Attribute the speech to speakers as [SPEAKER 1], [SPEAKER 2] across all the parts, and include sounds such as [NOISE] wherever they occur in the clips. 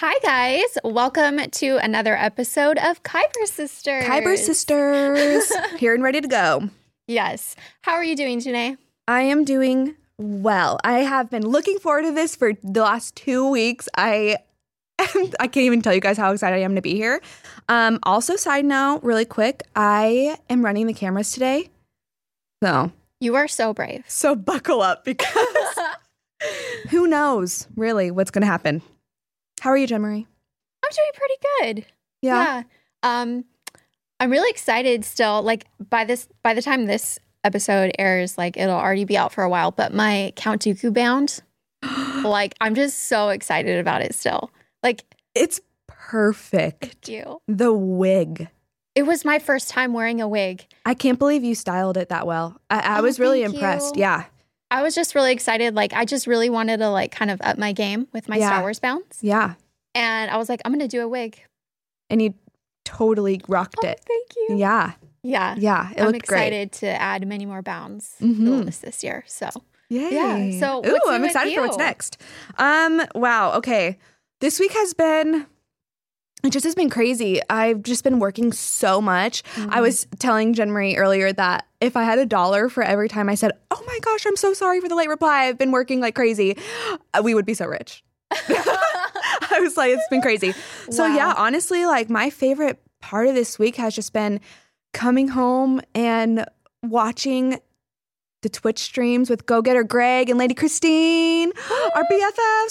[SPEAKER 1] Hi, guys. Welcome to another episode of Kyber Sisters.
[SPEAKER 2] Kyber [LAUGHS] Sisters, here and ready to go.
[SPEAKER 1] Yes. How are you doing, Janae?
[SPEAKER 2] I am doing well. I have been looking forward to this for the last two weeks. I [LAUGHS] I can't even tell you guys how excited I am to be here. Um, also, side note, really quick, I am running the cameras today. So,
[SPEAKER 1] You are so brave.
[SPEAKER 2] [LAUGHS] so buckle up because
[SPEAKER 1] I'm
[SPEAKER 2] [LAUGHS] who knows really what's going to happen. How are you, Jen Marie?
[SPEAKER 1] doing pretty good. Um, I'm really excited still. Like by this, by the time this episode airs, like it'll already be out for a while. But my Count Dooku bound, like I'm just so excited about it still. Like
[SPEAKER 2] It's perfect.
[SPEAKER 1] you,
[SPEAKER 2] The wig.
[SPEAKER 1] it was my first time wearing a wig.
[SPEAKER 2] I can't believe you styled it that well. I, I
[SPEAKER 1] Oh,
[SPEAKER 2] was really
[SPEAKER 1] thank
[SPEAKER 2] impressed.
[SPEAKER 1] you.
[SPEAKER 2] Yeah.
[SPEAKER 1] I was just really excited. Like I just really wanted to like kind of up my game with my
[SPEAKER 2] Yeah.
[SPEAKER 1] Star Wars bounds,
[SPEAKER 2] Yeah.
[SPEAKER 1] and I was like, I'm gonna do a wig.
[SPEAKER 2] And you totally rocked
[SPEAKER 1] Oh,
[SPEAKER 2] it.
[SPEAKER 1] thank you.
[SPEAKER 2] Yeah.
[SPEAKER 1] Yeah.
[SPEAKER 2] Yeah. It
[SPEAKER 1] I'm
[SPEAKER 2] looked great.
[SPEAKER 1] excited to add many more bounds to the
[SPEAKER 2] Mhm.
[SPEAKER 1] list this year. So
[SPEAKER 2] Yay.
[SPEAKER 1] Yeah, so
[SPEAKER 2] Ooh,
[SPEAKER 1] what's new
[SPEAKER 2] I'm
[SPEAKER 1] with
[SPEAKER 2] excited for what's
[SPEAKER 1] you?
[SPEAKER 2] next. Um, wow. Okay. This week has been it just has been crazy. I've just been working so much.
[SPEAKER 1] Mm-hmm.
[SPEAKER 2] I was telling Jen Marie earlier that if I had a dollar for every time I said, Oh my gosh, I'm so sorry for the late reply, I've been working like crazy, uh, we would be so rich. [LAUGHS] I was like, it's been crazy. So,
[SPEAKER 1] Wow.
[SPEAKER 2] yeah, honestly, like my favorite part of this week has just been coming home and watching the Twitch streams with Go Getter Greg and
[SPEAKER 1] [GASPS]
[SPEAKER 2] Lady Christine, [GASPS] our BFFs.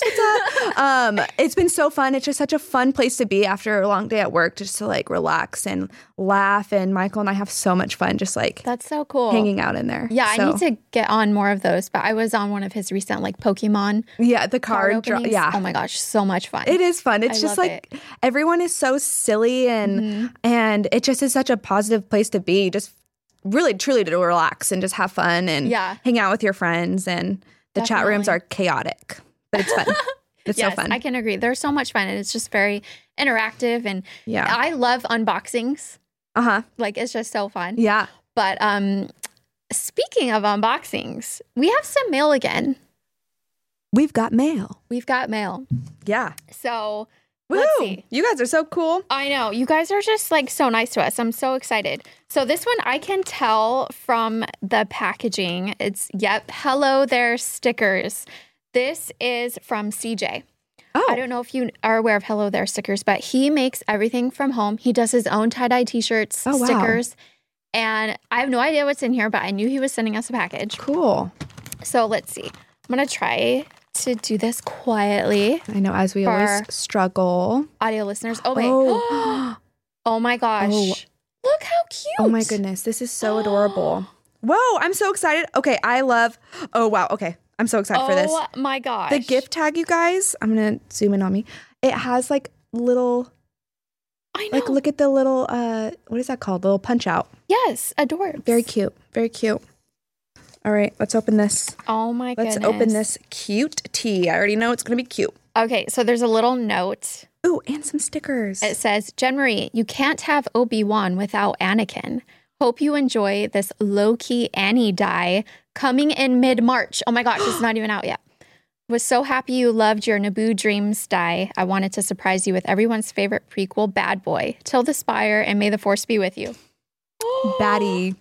[SPEAKER 1] [LAUGHS]
[SPEAKER 2] What's up? um, it's been so fun. It's just such a fun place to be after a long day at work, just to like relax and laugh. And Michael and I have so much fun, just like
[SPEAKER 1] That's so cool.
[SPEAKER 2] hanging out in there.
[SPEAKER 1] Yeah,
[SPEAKER 2] So,
[SPEAKER 1] I need to get on more of those, but I was on one of his recent like Pokemon
[SPEAKER 2] Yeah, the
[SPEAKER 1] card
[SPEAKER 2] card. Draw,
[SPEAKER 1] openings.
[SPEAKER 2] yeah,
[SPEAKER 1] Oh my gosh, so much fun.
[SPEAKER 2] It is fun. It's
[SPEAKER 1] I
[SPEAKER 2] just
[SPEAKER 1] love
[SPEAKER 2] like everyone is so silly and
[SPEAKER 1] Mhm.
[SPEAKER 2] and it just is such a positive place to be. Just really truly to relax and just have fun and
[SPEAKER 1] Yeah.
[SPEAKER 2] hang out with your friends and the chat rooms
[SPEAKER 1] Definitely.
[SPEAKER 2] are chaotic,
[SPEAKER 1] [LAUGHS]
[SPEAKER 2] but it's fun. it's
[SPEAKER 1] yes,
[SPEAKER 2] so fun.
[SPEAKER 1] I can agree. They're so much fun and it's just very interactive and
[SPEAKER 2] yeah.
[SPEAKER 1] I love unboxings.
[SPEAKER 2] Uh-huh.
[SPEAKER 1] Like it's just so fun.
[SPEAKER 2] Yeah.
[SPEAKER 1] But um speaking of unboxings, we have some mail again.
[SPEAKER 2] We've got mail.
[SPEAKER 1] We've got mail.
[SPEAKER 2] Yeah.
[SPEAKER 1] So
[SPEAKER 2] Woo!
[SPEAKER 1] Let's see.
[SPEAKER 2] You guys are so cool.
[SPEAKER 1] I know. You guys are just like so nice to us. I'm so excited. So this one I can tell from the packaging. It's yep, hello there stickers. This is from CJ.
[SPEAKER 2] Oh.
[SPEAKER 1] I don't know if you are aware of Hello There stickers, but he makes everything from home. He does his own tie-dye t-shirts,
[SPEAKER 2] Oh, wow.
[SPEAKER 1] stickers. And I have no idea what's in here, but I knew he was sending us a package.
[SPEAKER 2] Cool.
[SPEAKER 1] So let's see. I'm going to try to do this quietly.
[SPEAKER 2] I know as we always
[SPEAKER 1] Far.
[SPEAKER 2] struggle.
[SPEAKER 1] Audio listeners. Oh, wait. [GASPS] Oh,
[SPEAKER 2] Oh.
[SPEAKER 1] my gosh.
[SPEAKER 2] Oh.
[SPEAKER 1] Look how cute.
[SPEAKER 2] Oh my goodness, this is so
[SPEAKER 1] [GASPS]
[SPEAKER 2] adorable. Whoa, I'm so excited. Okay, I love. Oh wow, okay. I'm so excited for this.
[SPEAKER 1] Oh my gosh.
[SPEAKER 2] The gift tag, you guys. I'm going to zoom in on me. It has like little
[SPEAKER 1] I know.
[SPEAKER 2] like look at the little uh what is that called? Little punch out.
[SPEAKER 1] yes, adorbs.
[SPEAKER 2] Very cute. Very cute. All right, let's open this.
[SPEAKER 1] Oh my
[SPEAKER 2] Let's
[SPEAKER 1] goodness.
[SPEAKER 2] open this cute tea. I already know it's going to be cute.
[SPEAKER 1] Okay, so there's a little note.
[SPEAKER 2] Ooh, and some stickers.
[SPEAKER 1] It says, Jen Marie, you can't have Obi Wan without Anakin. Hope you enjoy this low key Annie die coming in mid March. Oh my gosh, it's not even out yet. Was so happy you loved your Naboo Dreams die. I wanted to surprise you with everyone's favorite prequel, Bad Boy. Till the spire, and may the force be with
[SPEAKER 2] [GASPS]
[SPEAKER 1] you.
[SPEAKER 2] Batty.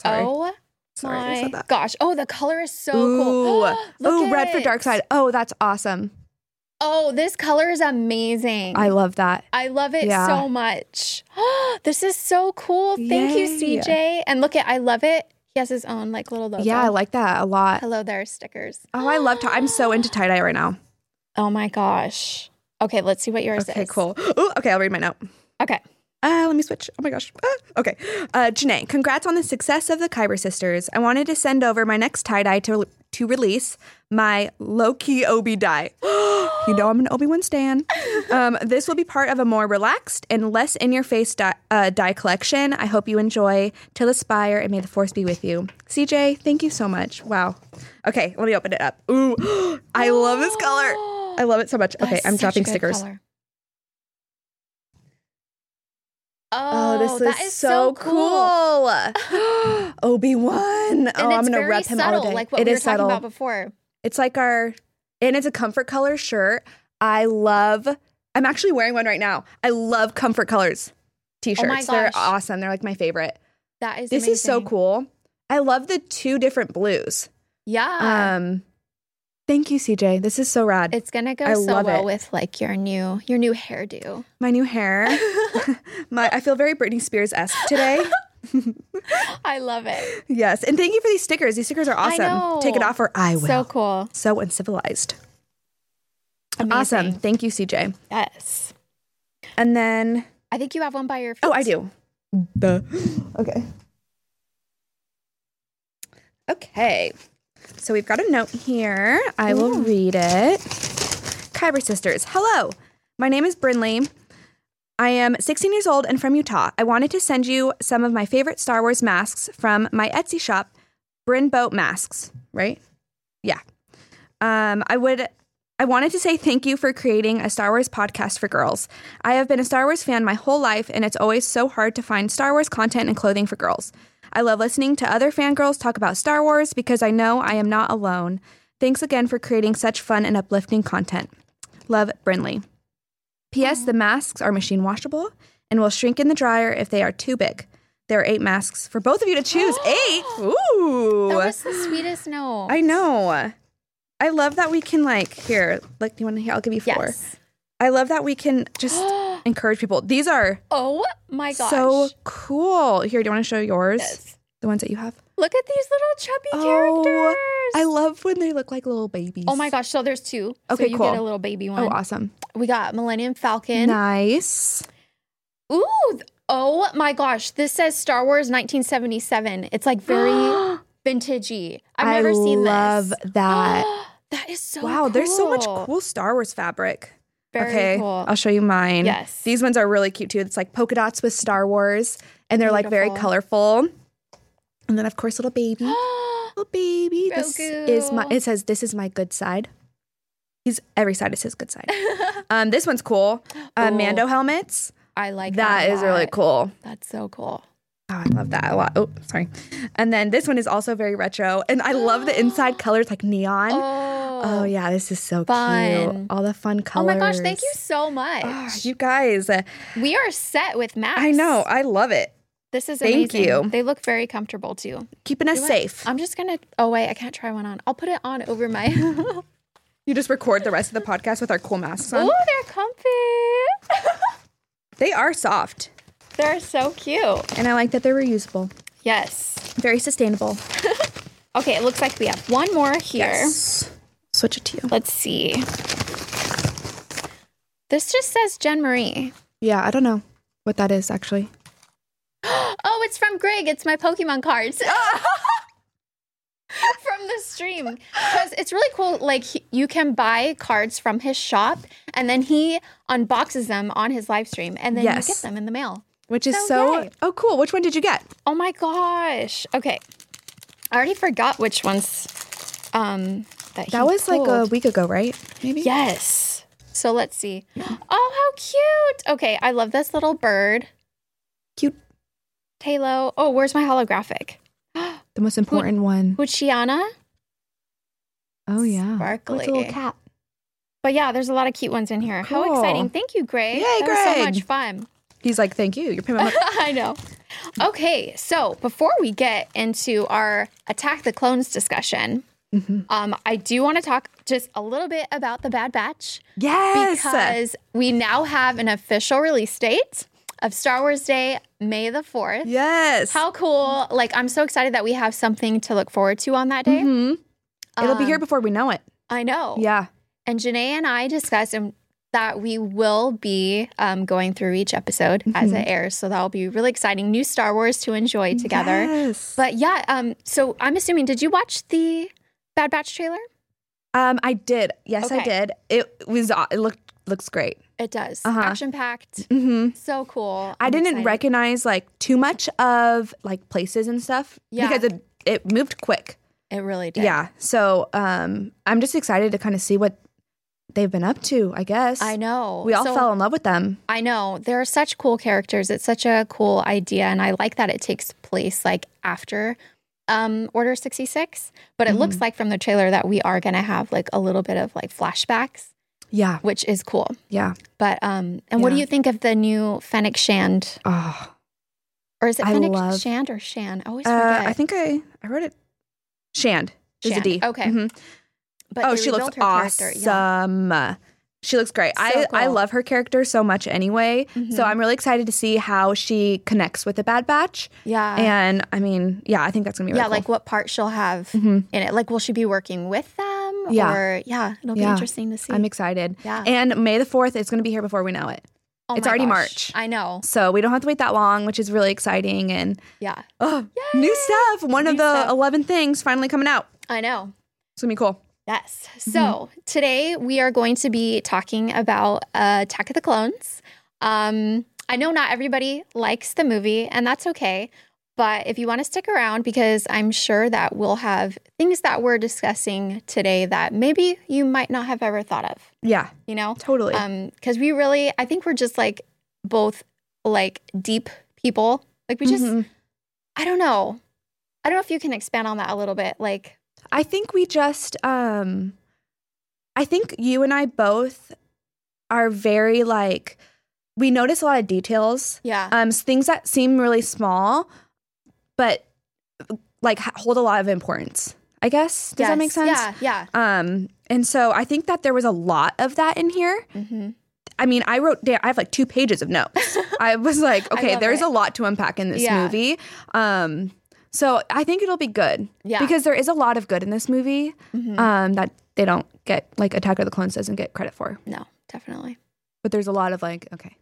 [SPEAKER 2] Sorry.
[SPEAKER 1] Oh
[SPEAKER 2] Sorry, I
[SPEAKER 1] my
[SPEAKER 2] said that.
[SPEAKER 1] gosh. Oh, the color is so
[SPEAKER 2] Ooh.
[SPEAKER 1] cool. [GASPS] Look
[SPEAKER 2] Ooh, red for
[SPEAKER 1] it.
[SPEAKER 2] dark side. Oh, that's awesome.
[SPEAKER 1] Oh, this color is amazing.
[SPEAKER 2] I love that.
[SPEAKER 1] I love it
[SPEAKER 2] Yeah.
[SPEAKER 1] so much. [GASPS] this is so cool. Thank
[SPEAKER 2] Yay.
[SPEAKER 1] you, CJ. And look at I love it. He has his own like little logo.
[SPEAKER 2] Yeah, I like that a lot.
[SPEAKER 1] Hello there, stickers.
[SPEAKER 2] Oh, I love. T- I'm so into tie dye right now.
[SPEAKER 1] Oh my gosh. Okay, let's see what yours is.
[SPEAKER 2] Okay, cool. Ooh, okay, I'll read my note.
[SPEAKER 1] Okay.
[SPEAKER 2] Uh, let me switch. Oh my gosh. Ah, okay. Uh, Janae, congrats on the success of the Kyber Sisters. I wanted to send over my next tie dye to, to release my low key Obi dye. [GASPS] you know I'm an Obi
[SPEAKER 1] [LAUGHS]
[SPEAKER 2] Wan Stan. Um, this will be part of a more relaxed and less in your face dye, uh, dye collection. I hope you enjoy. Till aspire and may the force be with you. CJ, thank you so much. Wow. Okay, let me open it up. Ooh, [GASPS] I love this
[SPEAKER 1] [GASPS]
[SPEAKER 2] color. I love it so much. Okay,
[SPEAKER 1] That's
[SPEAKER 2] I'm
[SPEAKER 1] such
[SPEAKER 2] dropping
[SPEAKER 1] good
[SPEAKER 2] stickers.
[SPEAKER 1] color. Oh,
[SPEAKER 2] Oh, this
[SPEAKER 1] that
[SPEAKER 2] is, so [GASPS] cool. Obi Wan. Oh,
[SPEAKER 1] And
[SPEAKER 2] I'm
[SPEAKER 1] it's
[SPEAKER 2] gonna
[SPEAKER 1] very
[SPEAKER 2] rep him
[SPEAKER 1] subtle,
[SPEAKER 2] all day.
[SPEAKER 1] like what
[SPEAKER 2] It
[SPEAKER 1] we were
[SPEAKER 2] is
[SPEAKER 1] talking
[SPEAKER 2] subtle.
[SPEAKER 1] about before.
[SPEAKER 2] It's like our, and it's a comfort color shirt. I love I'm actually wearing one right now. I love comfort colors t-shirts. They're
[SPEAKER 1] Oh gosh.
[SPEAKER 2] awesome. They're like my favorite.
[SPEAKER 1] That is
[SPEAKER 2] This is so
[SPEAKER 1] amazing.
[SPEAKER 2] cool. I love the two different blues.
[SPEAKER 1] Yeah.
[SPEAKER 2] Um Thank you, CJ. This is so rad.
[SPEAKER 1] it's gonna go
[SPEAKER 2] I
[SPEAKER 1] so
[SPEAKER 2] love
[SPEAKER 1] well
[SPEAKER 2] it.
[SPEAKER 1] with like your new your new hairdo.
[SPEAKER 2] my
[SPEAKER 1] [LAUGHS]
[SPEAKER 2] new hair. [LAUGHS] my I feel very Britney Spears esque today.
[SPEAKER 1] [LAUGHS] I love it.
[SPEAKER 2] yes. And thank you for these stickers. These stickers are
[SPEAKER 1] I
[SPEAKER 2] awesome. Take it
[SPEAKER 1] know.
[SPEAKER 2] off or I will.
[SPEAKER 1] So
[SPEAKER 2] So,
[SPEAKER 1] cool.
[SPEAKER 2] uncivilized. Awesome.
[SPEAKER 1] Amazing.
[SPEAKER 2] Thank you, CJ.
[SPEAKER 1] Yes.
[SPEAKER 2] And then
[SPEAKER 1] I think you have one by your feet.
[SPEAKER 2] Oh, I do. The okay. Okay. So we've got a note here. I will read it. Kyber Sisters, hello. My name is Brinley. I am 16 years old and from Utah. I wanted to send you some of my favorite Star Wars masks from my Etsy shop, Bryn Boat Masks, right? Yeah. Um, I would. I wanted to say thank you for creating a Star Wars podcast for girls. I have been a Star Wars fan my whole life, and it's always so hard to find Star Wars content and clothing for girls. I love listening to other fangirls talk about Star Wars because I know I am not alone. Thanks again for creating such fun and uplifting content. Love, Brinley. P.S. The masks are machine washable and will shrink in the dryer if they are too big. There are eight masks for both of you to choose. eight? Ooh.
[SPEAKER 1] That was the sweetest note.
[SPEAKER 2] I know. I love that we can like here, like do you want to hear? I'll give you four.
[SPEAKER 1] Yes. [GASPS]
[SPEAKER 2] I love that we can just encourage people. These are
[SPEAKER 1] Oh my gosh.
[SPEAKER 2] so cool. Here, do you want to show yours?
[SPEAKER 1] Yes.
[SPEAKER 2] The ones that you have.
[SPEAKER 1] Look at these little chubby
[SPEAKER 2] Oh,
[SPEAKER 1] characters.
[SPEAKER 2] I love when they look like little babies.
[SPEAKER 1] oh my gosh. So there's two.
[SPEAKER 2] Okay,
[SPEAKER 1] so you
[SPEAKER 2] cool.
[SPEAKER 1] get a little baby one.
[SPEAKER 2] Oh, awesome.
[SPEAKER 1] We got Millennium Falcon.
[SPEAKER 2] Nice.
[SPEAKER 1] Ooh. th- Oh my gosh. This says Star Wars 1977. It's like
[SPEAKER 2] [GASPS]
[SPEAKER 1] very vintagey. I've
[SPEAKER 2] I
[SPEAKER 1] never seen
[SPEAKER 2] love
[SPEAKER 1] this.
[SPEAKER 2] that.
[SPEAKER 1] [GASPS] that is so
[SPEAKER 2] wow, there's so much
[SPEAKER 1] cool.
[SPEAKER 2] cool Star Wars fabric.
[SPEAKER 1] Very
[SPEAKER 2] okay,
[SPEAKER 1] cool.
[SPEAKER 2] I'll show you mine.
[SPEAKER 1] Yes.
[SPEAKER 2] These ones are really cute too. It's like polka dots with Star Wars, and they're like very
[SPEAKER 1] Beautiful.
[SPEAKER 2] colorful. And then of course,
[SPEAKER 1] [GASPS]
[SPEAKER 2] little baby. little baby. This
[SPEAKER 1] Grogu.
[SPEAKER 2] is my. It says this is my good side. He's every side is his
[SPEAKER 1] [LAUGHS]
[SPEAKER 2] good side. um, this one's cool. Uh,
[SPEAKER 1] Ooh.
[SPEAKER 2] Mando helmets.
[SPEAKER 1] Oh. I like that.
[SPEAKER 2] that
[SPEAKER 1] a
[SPEAKER 2] is really
[SPEAKER 1] lot.
[SPEAKER 2] cool.
[SPEAKER 1] That's so cool.
[SPEAKER 2] Oh, I love that a lot. Oh, sorry. And then this one is also very retro, and I love
[SPEAKER 1] [GASPS]
[SPEAKER 2] the inside colors like neon. Oh,
[SPEAKER 1] Oh,
[SPEAKER 2] yeah, this is so cute.
[SPEAKER 1] Fun.
[SPEAKER 2] All the fun
[SPEAKER 1] Oh
[SPEAKER 2] colors.
[SPEAKER 1] my gosh, thank you so much.
[SPEAKER 2] Oh, you guys, uh,
[SPEAKER 1] we are set with masks.
[SPEAKER 2] I know. I love it.
[SPEAKER 1] This is amazing.
[SPEAKER 2] Thank you.
[SPEAKER 1] They look very comfortable too.
[SPEAKER 2] Keeping us
[SPEAKER 1] You know what?
[SPEAKER 2] safe.
[SPEAKER 1] I'm just gonna oh wait, I can't try one on. I'll put it on over my [LAUGHS] Oh,
[SPEAKER 2] You just record the rest of the podcast with our cool masks on.
[SPEAKER 1] they're comfy.
[SPEAKER 2] They are soft,
[SPEAKER 1] they're so cute.
[SPEAKER 2] and I like that they're reusable.
[SPEAKER 1] Yes.
[SPEAKER 2] Very sustainable.
[SPEAKER 1] Okay, it looks like we have one more here.
[SPEAKER 2] Yes. Switch it to you.
[SPEAKER 1] Let's see. This just says Jen Marie.
[SPEAKER 2] Yeah, I don't know what that is actually.
[SPEAKER 1] Oh, it's from Greg. It's my Pokemon
[SPEAKER 2] [LAUGHS]
[SPEAKER 1] cards. from the stream. Because it's really cool. Like, he, you can buy cards from his shop, and then he unboxes them on his live stream, and then
[SPEAKER 2] Yes.
[SPEAKER 1] you get them in the mail.
[SPEAKER 2] Which is
[SPEAKER 1] So
[SPEAKER 2] so
[SPEAKER 1] yay.
[SPEAKER 2] oh cool. Which one did you get?
[SPEAKER 1] Oh my gosh. Okay. I already forgot which ones um, that he
[SPEAKER 2] That was like a
[SPEAKER 1] pulled.
[SPEAKER 2] week ago, right? Maybe.
[SPEAKER 1] Yes. So let's see. Oh, how cute. Okay, I love this little bird.
[SPEAKER 2] Cute.
[SPEAKER 1] Talo. Oh, where's my holographic?
[SPEAKER 2] The most important one.
[SPEAKER 1] Huchiana.
[SPEAKER 2] Oh yeah.
[SPEAKER 1] Sparkly.
[SPEAKER 2] With a little cat.
[SPEAKER 1] But yeah, there's a lot of cute ones in here. How
[SPEAKER 2] Cool.
[SPEAKER 1] exciting. Thank you, Greg.
[SPEAKER 2] Yay,
[SPEAKER 1] that was so
[SPEAKER 2] Greg.
[SPEAKER 1] much fun. [LAUGHS]
[SPEAKER 2] He's like, thank you. You're paying my
[SPEAKER 1] I know. Okay, so before we get into our Attack the Clones discussion,
[SPEAKER 2] Mm-hmm.
[SPEAKER 1] um, I do want to talk just a little bit about the Bad Batch.
[SPEAKER 2] [LAUGHS] Yes.
[SPEAKER 1] because we now have an official release date of Star Wars Day, May the 4th.
[SPEAKER 2] yes.
[SPEAKER 1] How cool. Like, I'm so excited that we have something to look forward to on that day.
[SPEAKER 2] Mm-hmm. It'll be here before we know it.
[SPEAKER 1] I know.
[SPEAKER 2] Yeah.
[SPEAKER 1] And Janae and I discussed um, that we will be um, going through each episode as it airs. So that'll be really exciting. New Star Wars to enjoy together.
[SPEAKER 2] Mm-hmm. Yes.
[SPEAKER 1] But yeah, um, so I'm assuming, did you watch the Bad Batch trailer?
[SPEAKER 2] Um, I did. Yes, I
[SPEAKER 1] Okay.
[SPEAKER 2] did. It was. aw- It looked looks great.
[SPEAKER 1] It does.
[SPEAKER 2] Uh-huh.
[SPEAKER 1] Action packed.
[SPEAKER 2] Mm-hmm.
[SPEAKER 1] So cool.
[SPEAKER 2] I
[SPEAKER 1] I'm
[SPEAKER 2] didn't
[SPEAKER 1] excited.
[SPEAKER 2] recognize like too much of like places and stuff
[SPEAKER 1] Yeah.
[SPEAKER 2] because it it moved quick.
[SPEAKER 1] It really did.
[SPEAKER 2] Yeah. So um I'm just excited to kind of see what they've been up to, I guess.
[SPEAKER 1] I know.
[SPEAKER 2] We all
[SPEAKER 1] So-
[SPEAKER 2] fell in love with them.
[SPEAKER 1] I know. There are such cool characters. It's such a cool idea. And I like that it takes place like after um Order
[SPEAKER 2] Mm-hmm.
[SPEAKER 1] 66. But it looks like from the trailer that we are gonna have like a little bit of like flashbacks
[SPEAKER 2] Yeah.
[SPEAKER 1] which is cool.
[SPEAKER 2] Yeah.
[SPEAKER 1] But um, and what do
[SPEAKER 2] Yeah.
[SPEAKER 1] you think of the new Fennec Shand?
[SPEAKER 2] Oh.
[SPEAKER 1] Or is it
[SPEAKER 2] I
[SPEAKER 1] Fennec
[SPEAKER 2] love-
[SPEAKER 1] Shand or Shan? I always
[SPEAKER 2] Uh,
[SPEAKER 1] forget.
[SPEAKER 2] I think I I wrote it. Shand. There's
[SPEAKER 1] Shand.
[SPEAKER 2] a D.
[SPEAKER 1] Okay.
[SPEAKER 2] Mhm.
[SPEAKER 1] but
[SPEAKER 2] oh,
[SPEAKER 1] they
[SPEAKER 2] she
[SPEAKER 1] rebuilt
[SPEAKER 2] looks
[SPEAKER 1] her character, yeah.
[SPEAKER 2] awesome. She looks great.
[SPEAKER 1] So
[SPEAKER 2] I, I
[SPEAKER 1] cool.
[SPEAKER 2] love her character so much anyway. So
[SPEAKER 1] Mhm.
[SPEAKER 2] I'm really excited to see how she connects with the Bad Batch.
[SPEAKER 1] Yeah.
[SPEAKER 2] and I mean, yeah, I think that's gonna be really
[SPEAKER 1] yeah,
[SPEAKER 2] cool.
[SPEAKER 1] like what part she'll have
[SPEAKER 2] Mhm.
[SPEAKER 1] in it. Like, will she be working with them?
[SPEAKER 2] Yeah.
[SPEAKER 1] Or, yeah, it'll be
[SPEAKER 2] Yeah.
[SPEAKER 1] interesting to see.
[SPEAKER 2] I'm excited.
[SPEAKER 1] yeah.
[SPEAKER 2] And May the 4th, it's going to be here before we know it.
[SPEAKER 1] Oh
[SPEAKER 2] it's
[SPEAKER 1] my
[SPEAKER 2] already
[SPEAKER 1] gosh.
[SPEAKER 2] March.
[SPEAKER 1] I know.
[SPEAKER 2] So we don't have to wait that long, which is really exciting. And
[SPEAKER 1] Yeah.
[SPEAKER 2] oh, new stuff. One of
[SPEAKER 1] New
[SPEAKER 2] the
[SPEAKER 1] stuff.
[SPEAKER 2] 11 things finally coming out.
[SPEAKER 1] I know.
[SPEAKER 2] It's going to be cool.
[SPEAKER 1] Yes.
[SPEAKER 2] Mm-hmm.
[SPEAKER 1] So today we are going to be talking about uh, Attack of the Clones. Um, I know not everybody likes the movie, and that's okay. But if you want to stick around, because I'm sure that we'll have things that we're discussing today that maybe you might not have ever thought of,
[SPEAKER 2] Yeah,
[SPEAKER 1] you know?
[SPEAKER 2] totally.
[SPEAKER 1] um because we really i think we're just like both like deep people like we just
[SPEAKER 2] Mhm.
[SPEAKER 1] i don't know i don't know if you can expand on that a little bit like
[SPEAKER 2] I think we just, um, I think you and I both are very like, we notice a lot of details
[SPEAKER 1] yeah
[SPEAKER 2] um, s- things that seem really small, but like h- hold a lot of importance. I guess does that make sense?
[SPEAKER 1] yeah yeah
[SPEAKER 2] Um, and so I think that there was a lot of that in here.
[SPEAKER 1] hmm
[SPEAKER 2] I mean, I wrote down. I have like two pages of notes. I was [LAUGHS] like,
[SPEAKER 1] I
[SPEAKER 2] okay,
[SPEAKER 1] love
[SPEAKER 2] there's
[SPEAKER 1] it.
[SPEAKER 2] a lot to unpack in this
[SPEAKER 1] Yeah.
[SPEAKER 2] movie. Um, so I think it'll be good
[SPEAKER 1] yeah
[SPEAKER 2] because there is a lot of good in this movie
[SPEAKER 1] Mhm.
[SPEAKER 2] um, that they don't get like Attack of the Clones doesn't get credit for,
[SPEAKER 1] no
[SPEAKER 2] [CLEARS THROAT]
[SPEAKER 1] definitely
[SPEAKER 2] but there's a lot of like,
[SPEAKER 1] [LAUGHS]
[SPEAKER 2] okay,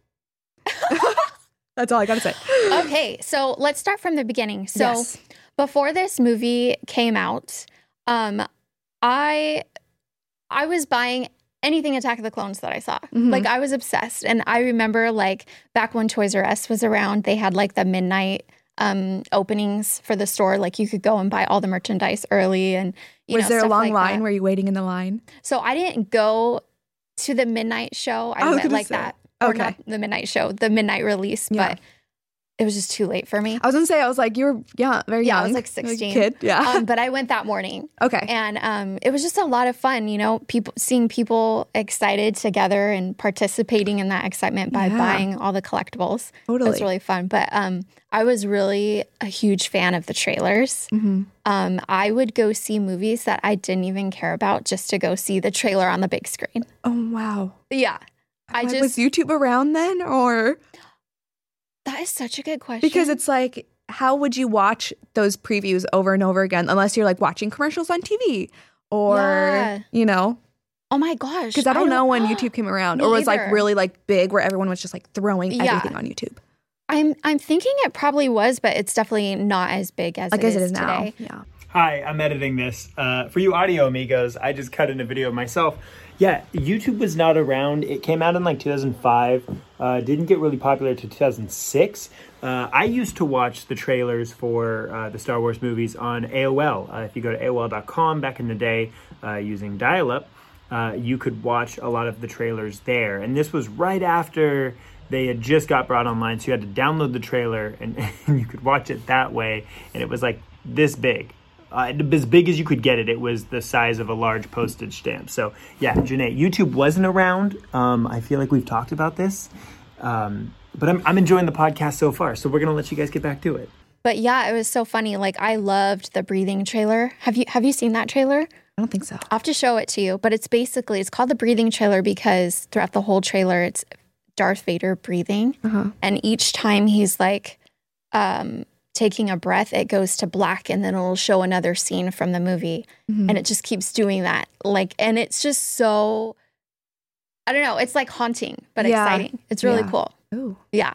[SPEAKER 2] that's all I gotta say.
[SPEAKER 1] okay so let's start from the beginning so
[SPEAKER 2] Yes.
[SPEAKER 1] before this movie came out um i i was buying anything attack of the clones that i saw
[SPEAKER 2] Mhm.
[SPEAKER 1] like i was obsessed and i remember like back when toys r us was around they had like the midnight um openings for the store like you could go and buy all the merchandise early and you
[SPEAKER 2] was
[SPEAKER 1] know,
[SPEAKER 2] there a
[SPEAKER 1] stuff
[SPEAKER 2] long
[SPEAKER 1] like
[SPEAKER 2] line?
[SPEAKER 1] that.
[SPEAKER 2] Were you waiting in the line?
[SPEAKER 1] so i didn't go to the midnight show
[SPEAKER 2] I
[SPEAKER 1] i
[SPEAKER 2] was
[SPEAKER 1] went
[SPEAKER 2] gonna
[SPEAKER 1] like
[SPEAKER 2] say.
[SPEAKER 1] that Or
[SPEAKER 2] Okay.
[SPEAKER 1] not the midnight show the midnight release
[SPEAKER 2] Yeah.
[SPEAKER 1] but it was just too late for
[SPEAKER 2] [LAUGHS]
[SPEAKER 1] me
[SPEAKER 2] I was gonna say, I was like, you were yeah, very
[SPEAKER 1] Yeah, I
[SPEAKER 2] young.
[SPEAKER 1] was, like, 16.
[SPEAKER 2] kid. Yeah.
[SPEAKER 1] um, but i went that morning
[SPEAKER 2] [LAUGHS] okay.
[SPEAKER 1] and um, it was just a lot of fun you know people seeing people excited together and participating in that excitement by
[SPEAKER 2] Yeah.
[SPEAKER 1] buying all the collectibles
[SPEAKER 2] totally.
[SPEAKER 1] that's really fun but um, i was really a huge fan of the trailers
[SPEAKER 2] hmm
[SPEAKER 1] um, i would go see movies that i didn't even care about just to go see the trailer on the big screen
[SPEAKER 2] Oh wow.
[SPEAKER 1] yeah I
[SPEAKER 2] Like, was
[SPEAKER 1] just-
[SPEAKER 2] YouTube around then, or
[SPEAKER 1] that is such a good question
[SPEAKER 2] because it's like, how would you watch those previews over and over again unless you're like watching commercials on TV or
[SPEAKER 1] Yeah.
[SPEAKER 2] you know?
[SPEAKER 1] oh my gosh
[SPEAKER 2] Because I, don't know
[SPEAKER 1] [GASPS]
[SPEAKER 2] when YouTube came around
[SPEAKER 1] Me
[SPEAKER 2] or was like
[SPEAKER 1] either.
[SPEAKER 2] really like big where everyone was just like throwing
[SPEAKER 1] Yeah.
[SPEAKER 2] everything on YouTube
[SPEAKER 1] i'm i'm thinking it probably was but it's definitely not as big as
[SPEAKER 2] like
[SPEAKER 1] it
[SPEAKER 2] as
[SPEAKER 1] is,
[SPEAKER 2] it is
[SPEAKER 1] today
[SPEAKER 2] now. Yeah.
[SPEAKER 3] Hi, I'm editing this. Uh, for you audio amigos, I just cut in a video of myself. Yeah, YouTube was not around. It came out in like 2005, uh, didn't get really popular to 2006. Uh, I used to watch the trailers for uh, the Star Wars movies on AOL. Uh, if you go to AOL.com back in the day uh, using dial up, uh, you could watch a lot of the trailers there. And this was right after they had just got brought online, so you had to download the trailer and, [LAUGHS] and you could watch it that way. And it was like this big, uh, as big as you could get it. It was the size of a large postage stamp. So yeah, Janae, YouTube wasn't around. Um, I feel like we've talked about this, um, but I'm, I'm enjoying the podcast so far. So we're gonna let you guys get back to it.
[SPEAKER 1] But yeah, it was so funny. Like I loved the breathing trailer. Have you have you seen that trailer?
[SPEAKER 2] I don't think so.
[SPEAKER 1] I'll have to show it to you. But it's basically it's called the breathing trailer because throughout the whole trailer it's Darth Vader breathing. And each time he's like um taking a breath, it goes to black and then it'll show another scene from the movie.
[SPEAKER 2] Mm-hmm.
[SPEAKER 1] And it just keeps doing that. Like and it's just so I don't know, it's like haunting but
[SPEAKER 2] Yeah.
[SPEAKER 1] exciting. It's really
[SPEAKER 2] Yeah.
[SPEAKER 1] cool.
[SPEAKER 2] Ooh.
[SPEAKER 1] Yeah.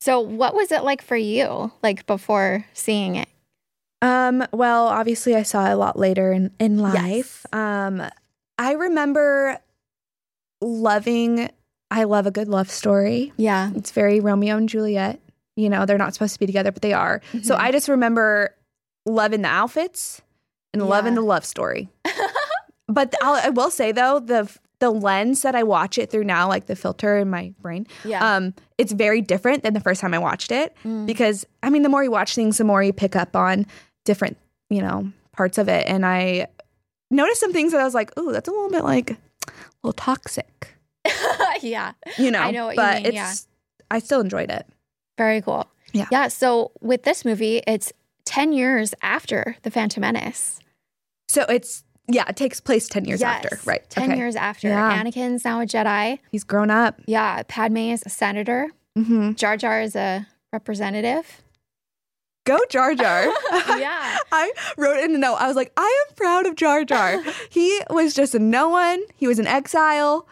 [SPEAKER 1] So what was it like for you, like before seeing it?
[SPEAKER 2] Um, well, obviously I saw it a lot later in, in life. Um I remember loving I love a good love story.
[SPEAKER 1] Yeah.
[SPEAKER 2] It's very Romeo and Juliet. You know, they're not supposed to be together, but they are. So
[SPEAKER 1] Mhm.
[SPEAKER 2] I just remember loving the outfits and loving
[SPEAKER 1] Yeah.
[SPEAKER 2] the love story. [LAUGHS] but I'll, I will say though, the the lens that I watch it through now, like the filter in my brain,
[SPEAKER 1] Yeah. Mm-hmm.
[SPEAKER 2] um, it's very different than the first time I watched it
[SPEAKER 1] Mm.
[SPEAKER 2] because I mean, the more you watch things, the more you pick up on different, you know, parts of it. And I noticed some things that I was like, "Ooh, that's a little bit like, a little toxic.
[SPEAKER 1] [LAUGHS] yeah.
[SPEAKER 2] You
[SPEAKER 1] [LAUGHS]
[SPEAKER 2] know,
[SPEAKER 1] I know what you
[SPEAKER 2] but
[SPEAKER 1] mean,
[SPEAKER 2] it's
[SPEAKER 1] yeah.
[SPEAKER 2] I still enjoyed it.
[SPEAKER 1] Very cool.
[SPEAKER 2] Yeah.
[SPEAKER 1] Yeah. So with this movie, it's 10 years after The Phantom Menace.
[SPEAKER 2] So it's yeah, it takes place ten years
[SPEAKER 1] Yes,
[SPEAKER 2] after. Right.
[SPEAKER 1] 10
[SPEAKER 2] Okay.
[SPEAKER 1] years after.
[SPEAKER 2] Yeah.
[SPEAKER 1] Anakin's now a Jedi.
[SPEAKER 2] He's grown up.
[SPEAKER 1] Yeah. Padme is a senator.
[SPEAKER 2] Mm-hmm.
[SPEAKER 1] Jar Jar is a representative.
[SPEAKER 2] Go Jar Jar.
[SPEAKER 1] [LAUGHS] yeah.
[SPEAKER 2] I wrote in a note. I was like, I am proud of
[SPEAKER 1] [LAUGHS]
[SPEAKER 2] Jar Jar. he was just a no one. He was in exile,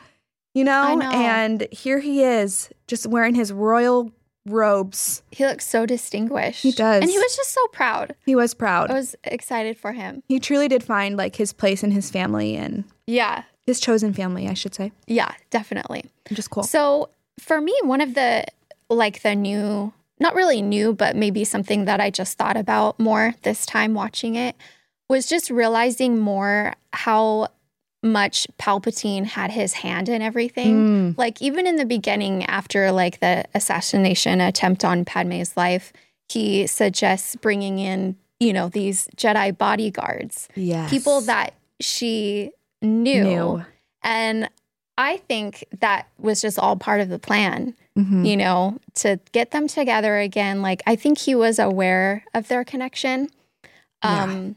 [SPEAKER 2] you know?
[SPEAKER 1] I know.
[SPEAKER 2] And here he is, just wearing his royal robes.
[SPEAKER 1] He looks so distinguished.
[SPEAKER 2] He does.
[SPEAKER 1] And he was just so proud.
[SPEAKER 2] He was proud.
[SPEAKER 1] I was excited for him.
[SPEAKER 2] he truly did find like his place in his family and
[SPEAKER 1] Yeah.
[SPEAKER 2] his chosen family, I should say.
[SPEAKER 1] Yeah, definitely.
[SPEAKER 2] Just cool.
[SPEAKER 1] So for me, one of the like the new, not really new, but maybe something that I just thought about more this time watching it was just realizing more how much Palpatine had his hand in everything.
[SPEAKER 2] Mm.
[SPEAKER 1] Like even in the beginning, after like the assassination attempt on Padme's life, he suggests bringing in you know these Jedi bodyguards,
[SPEAKER 2] Yes.
[SPEAKER 1] people that she knew. And I think that was just all part of the plan,
[SPEAKER 2] Mhm.
[SPEAKER 1] you know, to get them together again. Like, I think he was aware of their connection.
[SPEAKER 2] Yeah.
[SPEAKER 1] Um,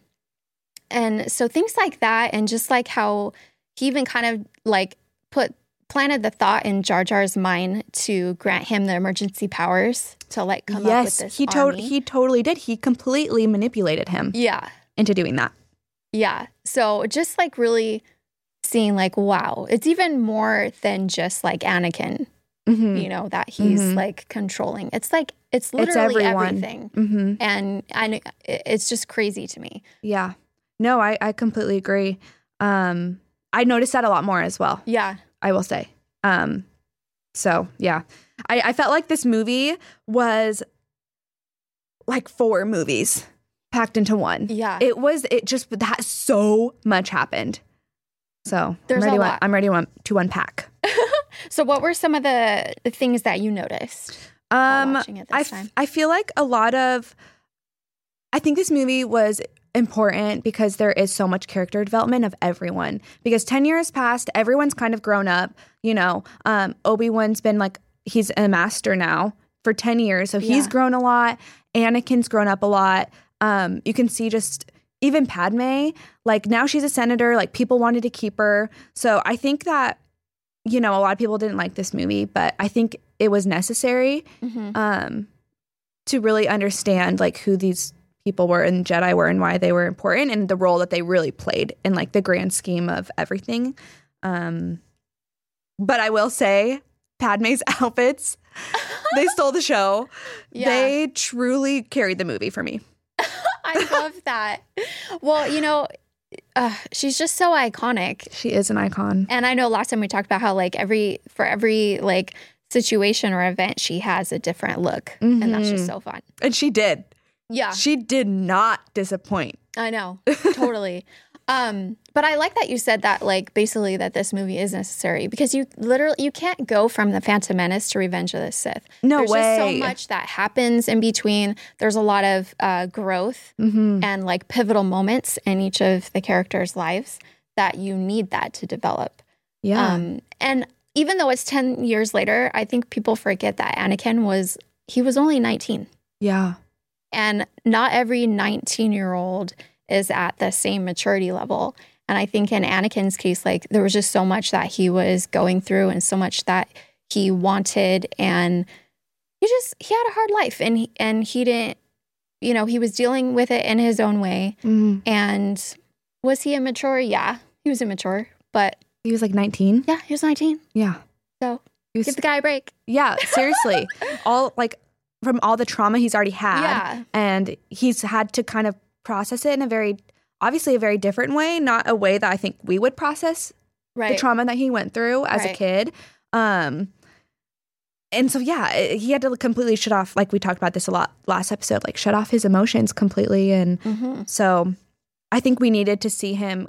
[SPEAKER 1] And so things like that, and just like how he even kind of like put planted the thought in Jar Jar's mind to grant him the emergency powers to like come up with
[SPEAKER 2] yes,
[SPEAKER 1] this.
[SPEAKER 2] he to-
[SPEAKER 1] army.
[SPEAKER 2] he totally did. He completely manipulated him
[SPEAKER 1] Yeah.
[SPEAKER 2] into doing that.
[SPEAKER 1] Yeah. So just like really seeing like wow, it's even more than just like Anakin,
[SPEAKER 2] Mm-hmm.
[SPEAKER 1] you know, that he's
[SPEAKER 2] Mhm.
[SPEAKER 1] like controlling. It's like Mm. it's literally
[SPEAKER 2] everyone.
[SPEAKER 1] everything.
[SPEAKER 2] Mm-hmm.
[SPEAKER 1] And and it- it's just crazy to me.
[SPEAKER 2] Yeah. No, I, I completely agree. Um, I noticed that a lot more as well,
[SPEAKER 1] Yeah.
[SPEAKER 2] I will say. Um, so, yeah. I, I felt like this movie was like four movies packed into one.
[SPEAKER 1] Yeah.
[SPEAKER 2] It was, it just, that so much happened. So,
[SPEAKER 1] There's a
[SPEAKER 2] I'm ready,
[SPEAKER 1] lot.
[SPEAKER 2] I'm ready one- to unpack.
[SPEAKER 1] so what were some of the, the things that you noticed while
[SPEAKER 2] Um,
[SPEAKER 1] watching it this
[SPEAKER 2] I,
[SPEAKER 1] time?
[SPEAKER 2] f- I feel like a lot of i think this movie was important because there is so much character development of everyone because 10 years passed everyone's kind of grown up you know um, obi-wan's been like he's a master now for 10 years so he's
[SPEAKER 1] Yeah.
[SPEAKER 2] grown a lot anakin's grown up a lot um, you can see just even padme like now she's a senator like people wanted to keep her so i think that you know a lot of people didn't like this movie but i think it was necessary
[SPEAKER 1] Mhm.
[SPEAKER 2] um, to really understand like who these people were and Jedi were and why they were important and the role that they really played in like the grand scheme of everything. Um, but I will say, Padme's [LAUGHS] outfits, they stole the [LAUGHS] show.
[SPEAKER 1] Yeah.
[SPEAKER 2] They truly carried the movie for me.
[SPEAKER 1] [LAUGHS] I love that. Well, you know, uh, she's just so iconic.
[SPEAKER 2] She is an icon.
[SPEAKER 1] And I know last time we talked about how like every for every like situation or event she has a different look. And that's just
[SPEAKER 2] Mhm.
[SPEAKER 1] so fun.
[SPEAKER 2] And she did.
[SPEAKER 1] Yeah,
[SPEAKER 2] She did not disappoint.
[SPEAKER 1] I
[SPEAKER 2] [LAUGHS]
[SPEAKER 1] know. totally. Um, but I like that you said that like basically that this movie is necessary because you literally you can't go from the Phantom Menace to Revenge of the Sith.
[SPEAKER 2] No
[SPEAKER 1] There's
[SPEAKER 2] way.
[SPEAKER 1] just so much that happens in between. There's a lot of uh, growth
[SPEAKER 2] Mm-hmm.
[SPEAKER 1] and like pivotal moments in each of the characters' lives that you need that to develop.
[SPEAKER 2] Yeah.
[SPEAKER 1] Um, and even though it's 10 years later, I think people forget that Anakin was, he was only 19.
[SPEAKER 2] yeah.
[SPEAKER 1] And not every 19 year old is at the same maturity level. And I think in Anakin's case, like there was just so much that he was going through and so much that he wanted. And he just, he had a hard life and, he- and he didn't, you know, he was dealing with it in his own way.
[SPEAKER 2] Mhm.
[SPEAKER 1] And was he immature? Yeah, he was immature. But
[SPEAKER 2] He was like 19.
[SPEAKER 1] yeah, he was 19.
[SPEAKER 2] Yeah.
[SPEAKER 1] So,
[SPEAKER 2] He was
[SPEAKER 1] Give the guy a break.
[SPEAKER 2] Yeah,
[SPEAKER 1] [LAUGHS]
[SPEAKER 2] seriously. all like from all the trauma he's already had.
[SPEAKER 1] Yeah.
[SPEAKER 2] And he's had to kind of process it in a very obviously a very different way, not a way that I think we would process
[SPEAKER 1] Right.
[SPEAKER 2] the trauma that he went through as a
[SPEAKER 1] Right.
[SPEAKER 2] kid. Um and so yeah, i- he had to completely shut off like we talked about this a lot last episode, like shut off his emotions completely and
[SPEAKER 1] Mhm.
[SPEAKER 2] so I think we needed to see him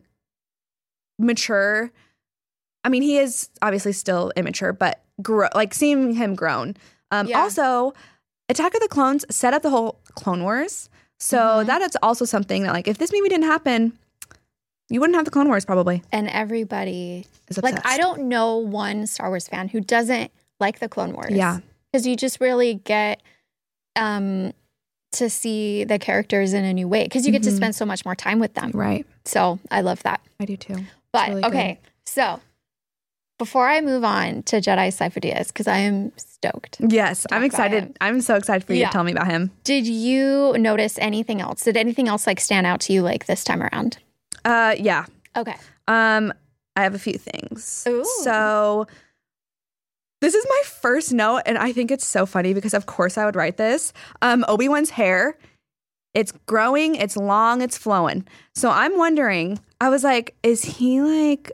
[SPEAKER 2] mature. I mean, he is obviously still immature, but grow, like seeing him grown. Um,
[SPEAKER 1] Yeah.
[SPEAKER 2] Also, Attack of the Clones set up the whole Clone Wars. So
[SPEAKER 1] Mhm.
[SPEAKER 2] that is also something that, like, if this movie didn't happen, You wouldn't have the Clone Wars probably.
[SPEAKER 1] and everybody
[SPEAKER 2] Is
[SPEAKER 1] like I
[SPEAKER 2] obsessed.
[SPEAKER 1] don't know one Star Wars fan who doesn't like the Clone Wars.
[SPEAKER 2] Yeah.
[SPEAKER 1] Cuz you just really get um to see the characters in a new way cuz you get to
[SPEAKER 2] Mhm.
[SPEAKER 1] spend so much more time with them.
[SPEAKER 2] Right.
[SPEAKER 1] So, I love that.
[SPEAKER 2] I do too.
[SPEAKER 1] But
[SPEAKER 2] really
[SPEAKER 1] okay. So, before I move on to Jedi Cypher Diaz cuz I am stoked.
[SPEAKER 2] Yes,
[SPEAKER 1] about
[SPEAKER 2] I'm
[SPEAKER 1] him.
[SPEAKER 2] excited. I'm so excited for you
[SPEAKER 1] Yeah.
[SPEAKER 2] to tell me about him.
[SPEAKER 1] Did you notice anything else? Did anything else like stand out to you like this time around?
[SPEAKER 2] Uh yeah.
[SPEAKER 1] Okay.
[SPEAKER 2] Um I have a few things.
[SPEAKER 1] Ooh.
[SPEAKER 2] So this is my first note and I think it's so funny because of course I would write this. Um Obi-Wan's hair it's growing, it's long, it's flowing. So I'm wondering, I was like, is he like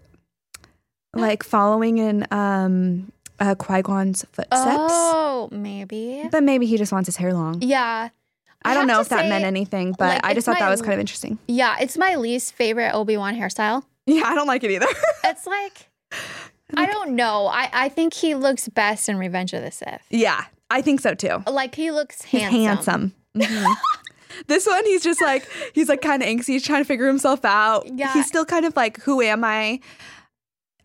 [SPEAKER 2] like following in um uh Qui-Gon's footsteps?
[SPEAKER 1] Oh, maybe.
[SPEAKER 2] But maybe he just wants his hair long.
[SPEAKER 1] Yeah.
[SPEAKER 2] I,
[SPEAKER 1] have
[SPEAKER 2] don't know
[SPEAKER 1] to
[SPEAKER 2] if that
[SPEAKER 1] say-
[SPEAKER 2] meant anything, but
[SPEAKER 1] like,
[SPEAKER 2] I
[SPEAKER 1] it's
[SPEAKER 2] just thought
[SPEAKER 1] my
[SPEAKER 2] that was kind of interesting. [LAUGHS]
[SPEAKER 1] Yeah, it's my least favorite Obi Wan hairstyle.
[SPEAKER 2] Yeah, I don't like it either. [LAUGHS]
[SPEAKER 1] It's like I don't know. I I think he looks best in Revenge of the Sith.
[SPEAKER 2] yeah, I think so too.
[SPEAKER 1] Like he looks
[SPEAKER 2] He's
[SPEAKER 1] handsome.
[SPEAKER 2] handsome. Mhm. [LAUGHS] this one, he's just like he's like kind of anxious, he's trying to figure himself out.
[SPEAKER 1] Yeah.
[SPEAKER 2] he's still kind of like, who am I?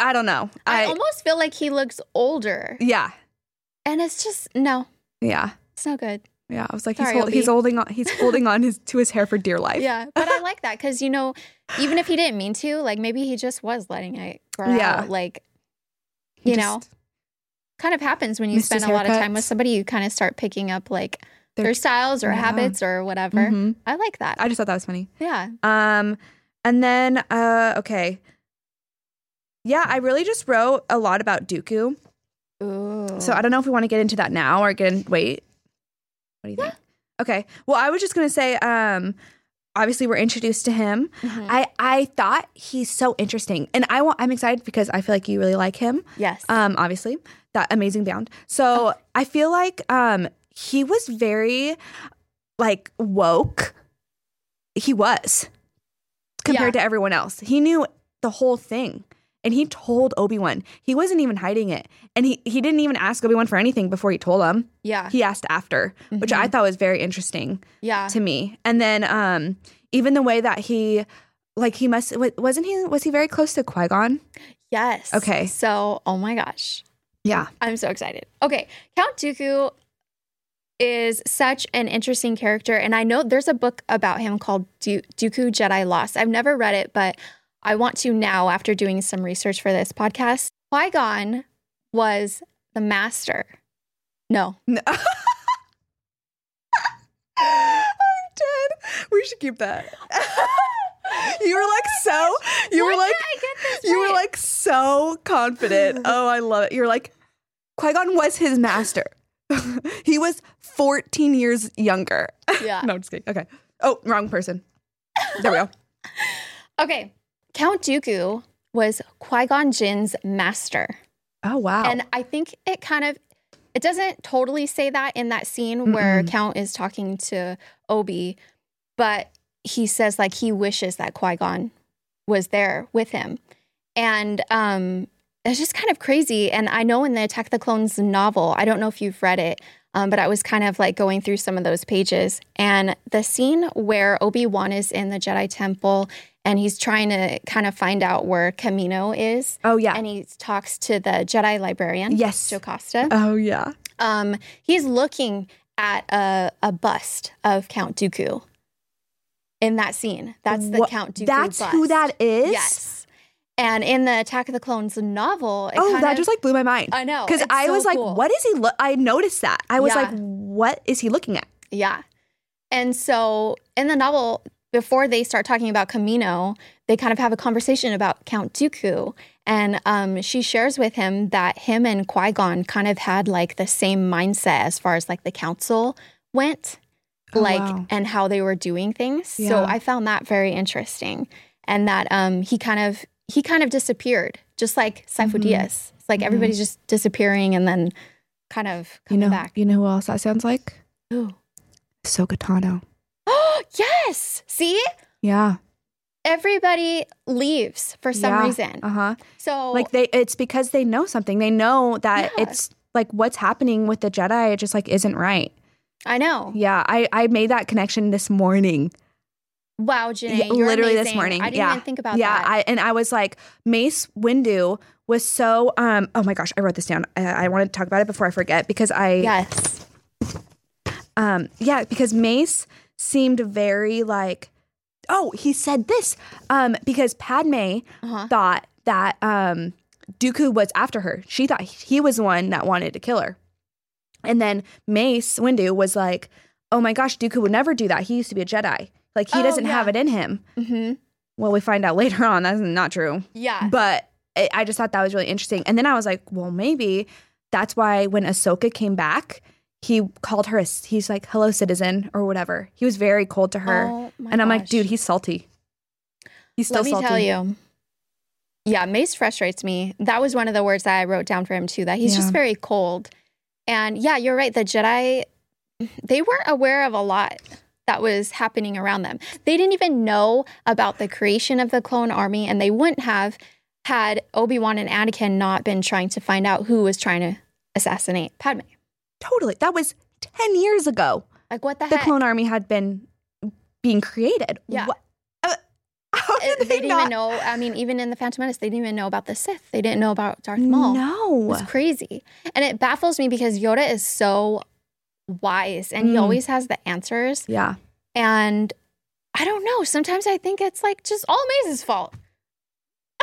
[SPEAKER 2] I don't know.
[SPEAKER 1] I,
[SPEAKER 2] I,
[SPEAKER 1] almost feel like he looks older,
[SPEAKER 2] yeah,
[SPEAKER 1] and it's just no,
[SPEAKER 2] yeah,
[SPEAKER 1] it's no good.
[SPEAKER 2] yeah. I was like,
[SPEAKER 1] Sorry,
[SPEAKER 2] he's hol-
[SPEAKER 1] Obi.
[SPEAKER 2] he's holding on, he's holding on his to his hair for dear life. [LAUGHS]
[SPEAKER 1] Yeah, but I like that because you know, even if he didn't mean to, like maybe he just was letting it grow
[SPEAKER 2] Yeah.
[SPEAKER 1] out. Like
[SPEAKER 2] He
[SPEAKER 1] you
[SPEAKER 2] just-
[SPEAKER 1] know, kind of happens when you
[SPEAKER 2] Missed
[SPEAKER 1] spend
[SPEAKER 2] his
[SPEAKER 1] a lot of time with
[SPEAKER 2] haircuts.
[SPEAKER 1] somebody. You kind of start picking up like their,
[SPEAKER 2] Their-
[SPEAKER 1] styles or
[SPEAKER 2] yeah.
[SPEAKER 1] habits or whatever.
[SPEAKER 2] mhm.
[SPEAKER 1] I like that.
[SPEAKER 2] I just thought that was funny.
[SPEAKER 1] yeah.
[SPEAKER 2] Um, and then uh, okay, yeah, I really just wrote a lot about Dooku.
[SPEAKER 1] Ooh.
[SPEAKER 2] So I don't know if we want to get into that now or get in wait. What do you think? Okay. Well, I was just gonna say, um, obviously we're introduced to him.
[SPEAKER 1] Mhm.
[SPEAKER 2] I I thought he's so interesting, and I want I'm excited because I feel like you really like him.
[SPEAKER 1] yes.
[SPEAKER 2] Um, obviously that amazing bound. So I feel like um he was very like woke. He was compared to everyone else. He knew the whole thing. And he told Obi-Wan. He wasn't even hiding it. And he, he didn't even ask Obi-Wan for anything before he told him.
[SPEAKER 1] yeah.
[SPEAKER 2] He asked after, which I thought was very interesting
[SPEAKER 1] yeah.
[SPEAKER 2] to me. And then um even the way that he like he must wa- wasn't he was he very close to Qui-Gon?
[SPEAKER 1] Yes.
[SPEAKER 2] Okay.
[SPEAKER 1] So, oh my gosh.
[SPEAKER 2] Yeah.
[SPEAKER 1] I'm so excited. Okay. Count Dooku is such an interesting character. And I know there's a book about him called Do- Dooku Jedi Lost. I've never read it, but I want to now after doing some research for this podcast. Qui Gon was the master. No.
[SPEAKER 2] No. [LAUGHS] I'm dead. We should keep that. [LAUGHS] you were like so. You
[SPEAKER 1] Why
[SPEAKER 2] were like
[SPEAKER 1] can't I get this
[SPEAKER 2] you were
[SPEAKER 1] right?
[SPEAKER 2] like so [LAUGHS] confident. Oh, I love it. You're like Qui Gon was his master. [LAUGHS] he was 14 years younger. [LAUGHS]
[SPEAKER 1] yeah.
[SPEAKER 2] No, I'm just kidding. Okay. Oh, wrong person. There we go.
[SPEAKER 1] Okay. Count Dooku was Qui Gon Jinn's master.
[SPEAKER 2] [LAUGHS] Oh wow.
[SPEAKER 1] And I think it kind of it doesn't totally say that in that scene where Count is talking to Obi, but he says like he wishes that Qui-Gon was there with him. And um it's just kind of crazy. And I know in the Attack of the Clones novel, I don't know if you've read it, um, but I was kind of like going through some of those pages. And the scene where Obi Wan is in the Jedi Temple and he's trying to kind of find out where Kamino is
[SPEAKER 2] oh yeah.
[SPEAKER 1] and he talks to the Jedi librarian,
[SPEAKER 2] Yes.
[SPEAKER 1] Jocasta.
[SPEAKER 2] oh yeah.
[SPEAKER 1] Um, he's looking at a, a bust of Count Dooku in that scene. That's the
[SPEAKER 2] Wha-
[SPEAKER 1] Count Dooku.
[SPEAKER 2] That's
[SPEAKER 1] bust.
[SPEAKER 2] who that is.
[SPEAKER 1] Yes. And in the Attack of the Clones novel, it
[SPEAKER 2] Oh,
[SPEAKER 1] kind
[SPEAKER 2] that
[SPEAKER 1] of,
[SPEAKER 2] just like blew my mind.
[SPEAKER 1] I know
[SPEAKER 2] because
[SPEAKER 1] it's
[SPEAKER 2] I
[SPEAKER 1] so
[SPEAKER 2] was like,
[SPEAKER 1] cool.
[SPEAKER 2] "What is he?" Lo-? I noticed that. I was
[SPEAKER 1] Yeah.
[SPEAKER 2] like, "What is he looking at?"
[SPEAKER 1] Yeah. And so in the novel, before they start talking about Camino, they kind of have a conversation about Count Dooku. And um, she shares with him that him and Qui Gon kind of had like the same mindset as far as like the council went,
[SPEAKER 2] Oh,
[SPEAKER 1] like,
[SPEAKER 2] wow.
[SPEAKER 1] and how they were doing things. So
[SPEAKER 2] Yeah.
[SPEAKER 1] I found that very interesting. And that um, he kind of, he kind of disappeared, just like Sifo
[SPEAKER 2] Mhm.
[SPEAKER 1] Dyas. It's like
[SPEAKER 2] Mhm.
[SPEAKER 1] everybody's just disappearing and then kind of coming
[SPEAKER 2] [GASPS]
[SPEAKER 1] back. [GASPS]
[SPEAKER 2] you know who else that sounds like?
[SPEAKER 1] Ooh.
[SPEAKER 2] Sogatano.
[SPEAKER 1] Oh, [GASPS] yes. See?
[SPEAKER 2] Yeah.
[SPEAKER 1] everybody leaves for some
[SPEAKER 2] Yeah.
[SPEAKER 1] reason.
[SPEAKER 2] Uh huh.
[SPEAKER 1] So
[SPEAKER 2] Like they, it's because they know something. They know that
[SPEAKER 1] Yeah.
[SPEAKER 2] it's like what's happening with the Jedi. It just like isn't right.
[SPEAKER 1] I know.
[SPEAKER 2] Yeah. I I made that connection this morning.
[SPEAKER 1] Wow, Janae,
[SPEAKER 2] Yeah,
[SPEAKER 1] you're
[SPEAKER 2] literally this
[SPEAKER 1] amazing.
[SPEAKER 2] morning.
[SPEAKER 1] I didn't
[SPEAKER 2] yeah.
[SPEAKER 1] even think about
[SPEAKER 2] yeah,
[SPEAKER 1] that.
[SPEAKER 2] I, and I was like, Mace Windu was so. Um, oh my gosh, I wrote this down. I, I wanted to talk about it before I forget because I.
[SPEAKER 1] yes.
[SPEAKER 2] Um, yeah, because Mace seemed very like, oh, he said this. Um, because Padme
[SPEAKER 1] Uh-huh.
[SPEAKER 2] thought that um, Dooku was after her. She thought he was the one that wanted to kill her. And then Mace Windu was like, oh my gosh, Dooku would never do that. He used to be a Jedi. Like, he
[SPEAKER 1] Oh,
[SPEAKER 2] doesn't
[SPEAKER 1] yeah.
[SPEAKER 2] have it in him.
[SPEAKER 1] Mm-hmm.
[SPEAKER 2] Well, we find out [LAUGHS] later on that's not true.
[SPEAKER 1] Yeah.
[SPEAKER 2] But I I just thought that was really interesting. And then I was like, well, maybe that's why when Ahsoka came back, he called her, a, he's like, hello, citizen, or whatever. He was very cold to her.
[SPEAKER 1] Oh my
[SPEAKER 2] and I'm like,
[SPEAKER 1] gosh.
[SPEAKER 2] dude, he's salty. He's still
[SPEAKER 1] Let me
[SPEAKER 2] salty.
[SPEAKER 1] tell you. Yeah, Mace frustrates me. That was one of the words that I wrote down for him too. That he's
[SPEAKER 2] Yeah.
[SPEAKER 1] just very cold. And yeah, you're right. The Jedi, they weren't aware of a lot that was happening around them. They didn't even know about the creation of the clone army, and they wouldn't have had Obi Wan and Anakin not been trying to find out who was trying to assassinate Padme.
[SPEAKER 2] Totally. That was 10 years ago.
[SPEAKER 1] Like what the,
[SPEAKER 2] The
[SPEAKER 1] heck?
[SPEAKER 2] clone army had been being created.
[SPEAKER 1] Yeah.
[SPEAKER 2] What- uh, [LAUGHS] how
[SPEAKER 1] Uh,
[SPEAKER 2] [LAUGHS] did
[SPEAKER 1] they
[SPEAKER 2] they,
[SPEAKER 1] didn't
[SPEAKER 2] not
[SPEAKER 1] even know. I mean, even in the Phantom Menace, they didn't even know about the Sith. They didn't know about Darth Maul.
[SPEAKER 2] No.
[SPEAKER 1] It's crazy. And it baffles me because Yoda is so wise and he
[SPEAKER 2] Mm.
[SPEAKER 1] always has the answers. [LAUGHS]
[SPEAKER 2] Yeah.
[SPEAKER 1] And I don't know. Sometimes I think it's like just all Maze's fault. [LAUGHS]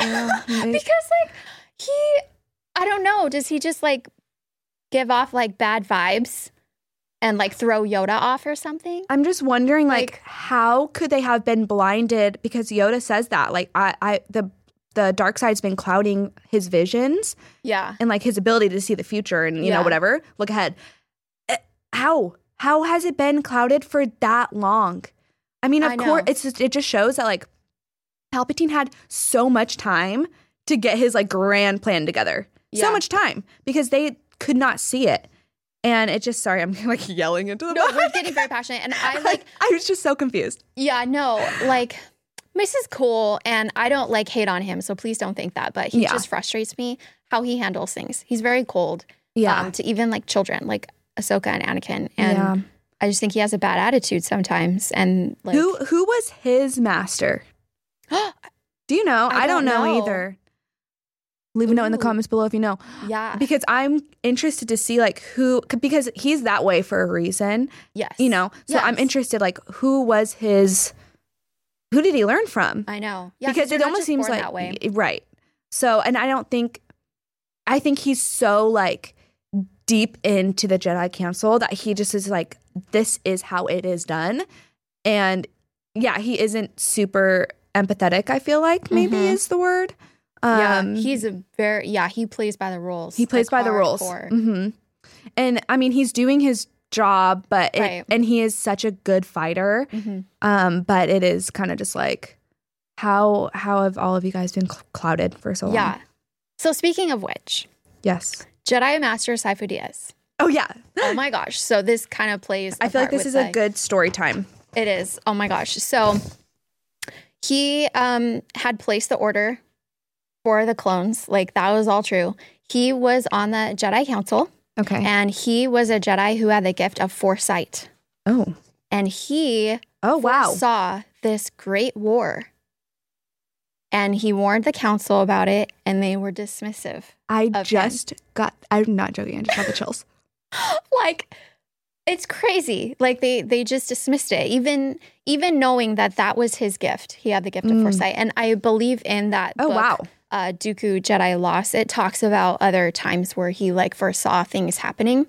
[SPEAKER 2] Yeah,
[SPEAKER 1] because
[SPEAKER 2] maybe.
[SPEAKER 1] like he I don't know, does he just like give off like bad vibes and like throw Yoda off or something?
[SPEAKER 2] I'm just wondering, like,
[SPEAKER 1] Like-
[SPEAKER 2] how could they have been blinded? Because Yoda says that, like, I, I, the, the dark side's been clouding his visions
[SPEAKER 1] Yeah.
[SPEAKER 2] and like his ability to see the future and you
[SPEAKER 1] Yeah.
[SPEAKER 2] know whatever. Look ahead. Eh, How how has it been clouded for that long? I mean, of
[SPEAKER 1] I
[SPEAKER 2] course,
[SPEAKER 1] know.
[SPEAKER 2] it's just, it just shows that like Palpatine had so much time to get his like grand plan together.
[SPEAKER 1] Yeah.
[SPEAKER 2] So much time because they could not see it, and it just sorry, I'm [LAUGHS] like yelling into the
[SPEAKER 1] No,
[SPEAKER 2] mic.
[SPEAKER 1] we're getting very passionate. And
[SPEAKER 2] [LAUGHS]
[SPEAKER 1] I like
[SPEAKER 2] I was just so confused.
[SPEAKER 1] Yeah, no, like Mace is cool and I don't like hate on him, so please don't think that. But he
[SPEAKER 2] Yeah.
[SPEAKER 1] just frustrates me how he handles things. He's very cold.
[SPEAKER 2] Yeah.
[SPEAKER 1] Um, to even like children, like Ahsoka and Anakin. And
[SPEAKER 2] Yeah.
[SPEAKER 1] I just think he has a bad attitude sometimes. And like
[SPEAKER 2] who who was his
[SPEAKER 1] [GASPS]
[SPEAKER 2] master? Do you know?
[SPEAKER 1] I
[SPEAKER 2] I,
[SPEAKER 1] don't
[SPEAKER 2] don't, know,
[SPEAKER 1] know.
[SPEAKER 2] either. Leave a note in the
[SPEAKER 1] Ooh. Uh,
[SPEAKER 2] comments below if you know.
[SPEAKER 1] Yeah.
[SPEAKER 2] Because I'm interested to see like who c- because he's that way for a reason,
[SPEAKER 1] Yes.
[SPEAKER 2] you know. So I'm
[SPEAKER 1] Yes.
[SPEAKER 2] interested like who was his who did he learn from?
[SPEAKER 1] I know. Yeah.
[SPEAKER 2] because
[SPEAKER 1] you're
[SPEAKER 2] it
[SPEAKER 1] not
[SPEAKER 2] almost
[SPEAKER 1] just
[SPEAKER 2] seems
[SPEAKER 1] born
[SPEAKER 2] like
[SPEAKER 1] that way.
[SPEAKER 2] y- right. So and I don't think I think he's so like deep into the Jedi Council that he just is like this is how it is done, and yeah, he isn't super empathetic. I feel like maybe
[SPEAKER 1] Mhm.
[SPEAKER 2] is the word. Um,
[SPEAKER 1] yeah. He's a very yeah, he plays by the rules.
[SPEAKER 2] he plays
[SPEAKER 1] like,
[SPEAKER 2] by the rules.
[SPEAKER 1] hardcore.
[SPEAKER 2] hmm And I mean, he's doing his job, but it,
[SPEAKER 1] Right.
[SPEAKER 2] and he is such a good fighter.
[SPEAKER 1] Mhm.
[SPEAKER 2] Um, but it is kind of just like how how have all of you guys been cl- clouded for so long?
[SPEAKER 1] Yeah. So speaking of which,
[SPEAKER 2] Yes.
[SPEAKER 1] Jedi Master Saifu Diaz.
[SPEAKER 2] Oh yeah.
[SPEAKER 1] Oh my gosh. So this kind of plays
[SPEAKER 2] I feel
[SPEAKER 1] part
[SPEAKER 2] like this
[SPEAKER 1] with
[SPEAKER 2] is
[SPEAKER 1] the-
[SPEAKER 2] a good story time.
[SPEAKER 1] It is. Oh my gosh. So he um had placed the order for the clones. Like that was all true. He was on the Jedi Council
[SPEAKER 2] Okay.
[SPEAKER 1] and he was a Jedi who had the gift of foresight.
[SPEAKER 2] oh.
[SPEAKER 1] And he
[SPEAKER 2] Oh wow.
[SPEAKER 1] saw this great war. And he warned the council about it and they were dismissive.
[SPEAKER 2] I
[SPEAKER 1] of
[SPEAKER 2] just got. I'm not joking. I just got
[SPEAKER 1] [LAUGHS]
[SPEAKER 2] the chills.
[SPEAKER 1] like it's crazy like they they just dismissed it even even knowing that that was his gift he had the gift of
[SPEAKER 2] Mm.
[SPEAKER 1] foresight and i believe in that
[SPEAKER 2] Oh
[SPEAKER 1] book,
[SPEAKER 2] wow.
[SPEAKER 1] uh dooku jedi lost it talks about other times where he like foresaw things happening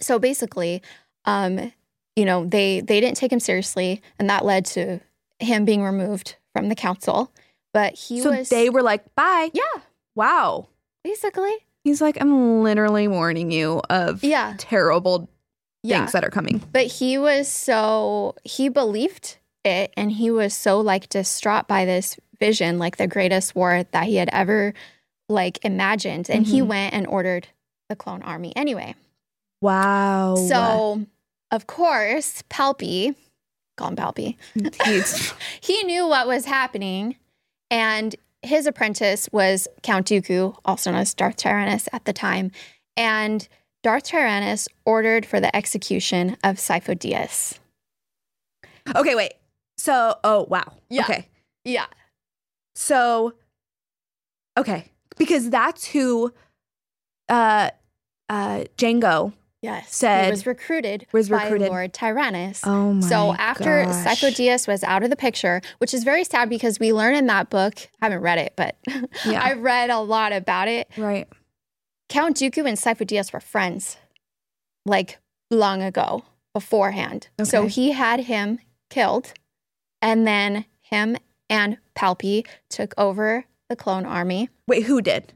[SPEAKER 1] so basically um you know they they didn't take him seriously and that led to him being removed from the council but he
[SPEAKER 2] so
[SPEAKER 1] was
[SPEAKER 2] they were like, bye.
[SPEAKER 1] yeah
[SPEAKER 2] Wow.
[SPEAKER 1] basically
[SPEAKER 2] He's like, I'm literally warning you of
[SPEAKER 1] yeah
[SPEAKER 2] terrible
[SPEAKER 1] yeah
[SPEAKER 2] things that are coming.
[SPEAKER 1] But he was so he believed it and he was so like distraught by this vision, like the greatest war that he had ever like imagined. And he
[SPEAKER 2] Mhm.
[SPEAKER 1] went and ordered the clone army anyway.
[SPEAKER 2] Oh, Wow.
[SPEAKER 1] So of course, Palpy, gone Palpy,
[SPEAKER 2] He's-
[SPEAKER 1] he knew what was happening and his apprentice was Count Dooku, also known as Darth Tyrannus at the time. And Darth Tyrannus ordered for the execution of Sifo Dyas.
[SPEAKER 2] okay, wait. So, oh, wow.
[SPEAKER 1] Yeah.
[SPEAKER 2] Okay.
[SPEAKER 1] Yeah.
[SPEAKER 2] So, okay, because that's who uh, uh, Django
[SPEAKER 1] Yes.
[SPEAKER 2] Said-
[SPEAKER 1] he was recruited,
[SPEAKER 2] was
[SPEAKER 1] by
[SPEAKER 2] recruited.
[SPEAKER 1] Lord Tyrannus.
[SPEAKER 2] Oh my
[SPEAKER 1] So after
[SPEAKER 2] gosh.
[SPEAKER 1] Cyclodius was out of the picture, which is very sad because we learn in that book, I haven't read it, but [LAUGHS]
[SPEAKER 2] Yeah.
[SPEAKER 1] I read a lot about it.
[SPEAKER 2] right.
[SPEAKER 1] Count Dooku and Cyclodius were friends like long ago beforehand. So
[SPEAKER 2] Okay.
[SPEAKER 1] he had him killed and then him and Palpy took over the clone army.
[SPEAKER 2] Wait, who did?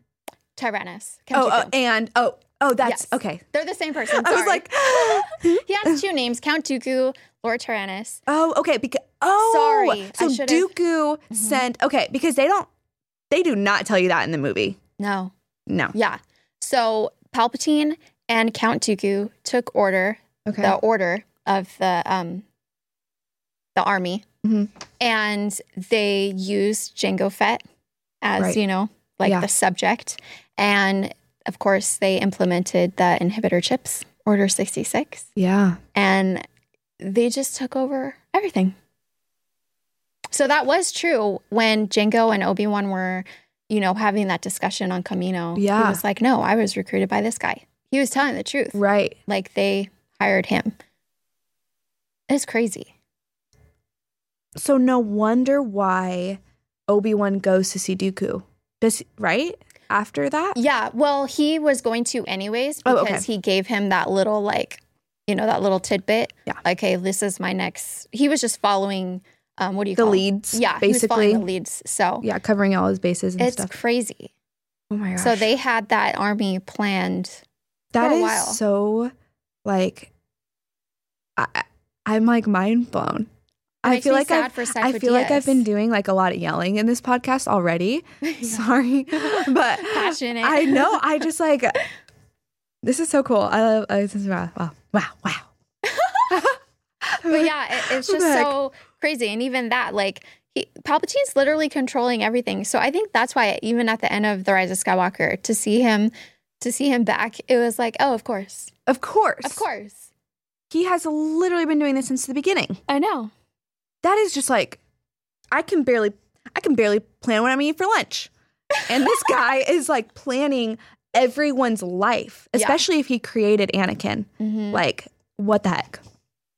[SPEAKER 1] Tyrannus. Count
[SPEAKER 2] Oh, oh,
[SPEAKER 1] Dooku.
[SPEAKER 2] and oh, oh, that's
[SPEAKER 1] Yes.
[SPEAKER 2] okay.
[SPEAKER 1] They're the same person.
[SPEAKER 2] I was
[SPEAKER 1] sorry.
[SPEAKER 2] like, [GASPS]
[SPEAKER 1] he
[SPEAKER 2] [LAUGHS]
[SPEAKER 1] has two names, Count Dooku, Lord Tyrannus.
[SPEAKER 2] oh, okay, because oh,
[SPEAKER 1] Sorry, I
[SPEAKER 2] So
[SPEAKER 1] should've-
[SPEAKER 2] Dooku sent okay because they don't, they do not tell you that in the movie.
[SPEAKER 1] No.
[SPEAKER 2] No.
[SPEAKER 1] Yeah. So Palpatine and Count Dooku took order,
[SPEAKER 2] Okay.
[SPEAKER 1] the order of the um the army,
[SPEAKER 2] Mhm.
[SPEAKER 1] and they used Jango Fett as
[SPEAKER 2] Right.
[SPEAKER 1] you know, like
[SPEAKER 2] Yeah.
[SPEAKER 1] the subject, and of course they implemented the inhibitor chips, Order sixty six,
[SPEAKER 2] Yeah.
[SPEAKER 1] and they just took over everything. So that was true when Jango and Obi Wan were, you know, having that discussion on Camino.
[SPEAKER 2] Yeah.
[SPEAKER 1] he was like, "No, I was recruited by this guy. He was telling the truth.
[SPEAKER 2] Right.
[SPEAKER 1] Like they hired him." It's crazy.
[SPEAKER 2] So no wonder why Obi Wan goes to see Dooku. Does right after that?
[SPEAKER 1] Yeah. Well, he was going to anyways
[SPEAKER 2] Oh,
[SPEAKER 1] because
[SPEAKER 2] okay.
[SPEAKER 1] he gave him that little like, you know, that little tidbit.
[SPEAKER 2] Yeah.
[SPEAKER 1] Like, hey, this is my next. He was just following. Um, what do you
[SPEAKER 2] The
[SPEAKER 1] call it?
[SPEAKER 2] leads,
[SPEAKER 1] Yeah, he was
[SPEAKER 2] basically.
[SPEAKER 1] following the leads. So
[SPEAKER 2] yeah, covering all his bases and
[SPEAKER 1] it's
[SPEAKER 2] stuff.
[SPEAKER 1] crazy.
[SPEAKER 2] Oh my gosh.
[SPEAKER 1] So they had that army planned.
[SPEAKER 2] That
[SPEAKER 1] for a
[SPEAKER 2] is
[SPEAKER 1] while.
[SPEAKER 2] so like I I- I'm like mind blown.
[SPEAKER 1] It
[SPEAKER 2] I
[SPEAKER 1] makes
[SPEAKER 2] feel
[SPEAKER 1] me
[SPEAKER 2] like
[SPEAKER 1] sad
[SPEAKER 2] I've
[SPEAKER 1] for
[SPEAKER 2] I feel like I've been
[SPEAKER 1] Cypher
[SPEAKER 2] doing like a lot of yelling in this podcast already.
[SPEAKER 1] [LAUGHS] Diaz.
[SPEAKER 2] [LAUGHS] Sorry. But
[SPEAKER 1] passionate.
[SPEAKER 2] I know. I just like this is so cool. I love uh, this is wow. Wow. Wow. wow.
[SPEAKER 1] [LAUGHS] But yeah, it,
[SPEAKER 2] [LAUGHS]
[SPEAKER 1] it's just
[SPEAKER 2] Heck.
[SPEAKER 1] so crazy. And even that, like, he, Palpatine's literally controlling everything. So I think that's why, even at the end of The Rise of Skywalker, to see him, to see him back, it was like, oh, of course,
[SPEAKER 2] Of course.
[SPEAKER 1] of course,
[SPEAKER 2] He has literally been doing this since the beginning.
[SPEAKER 1] I know.
[SPEAKER 2] That is just like I can barely I can barely plan what I'm eating for lunch. And
[SPEAKER 1] [LAUGHS]
[SPEAKER 2] this guy is like planning everyone's life,
[SPEAKER 1] Yeah.
[SPEAKER 2] especially if he created Anakin.
[SPEAKER 1] Mhm.
[SPEAKER 2] Like, what the heck?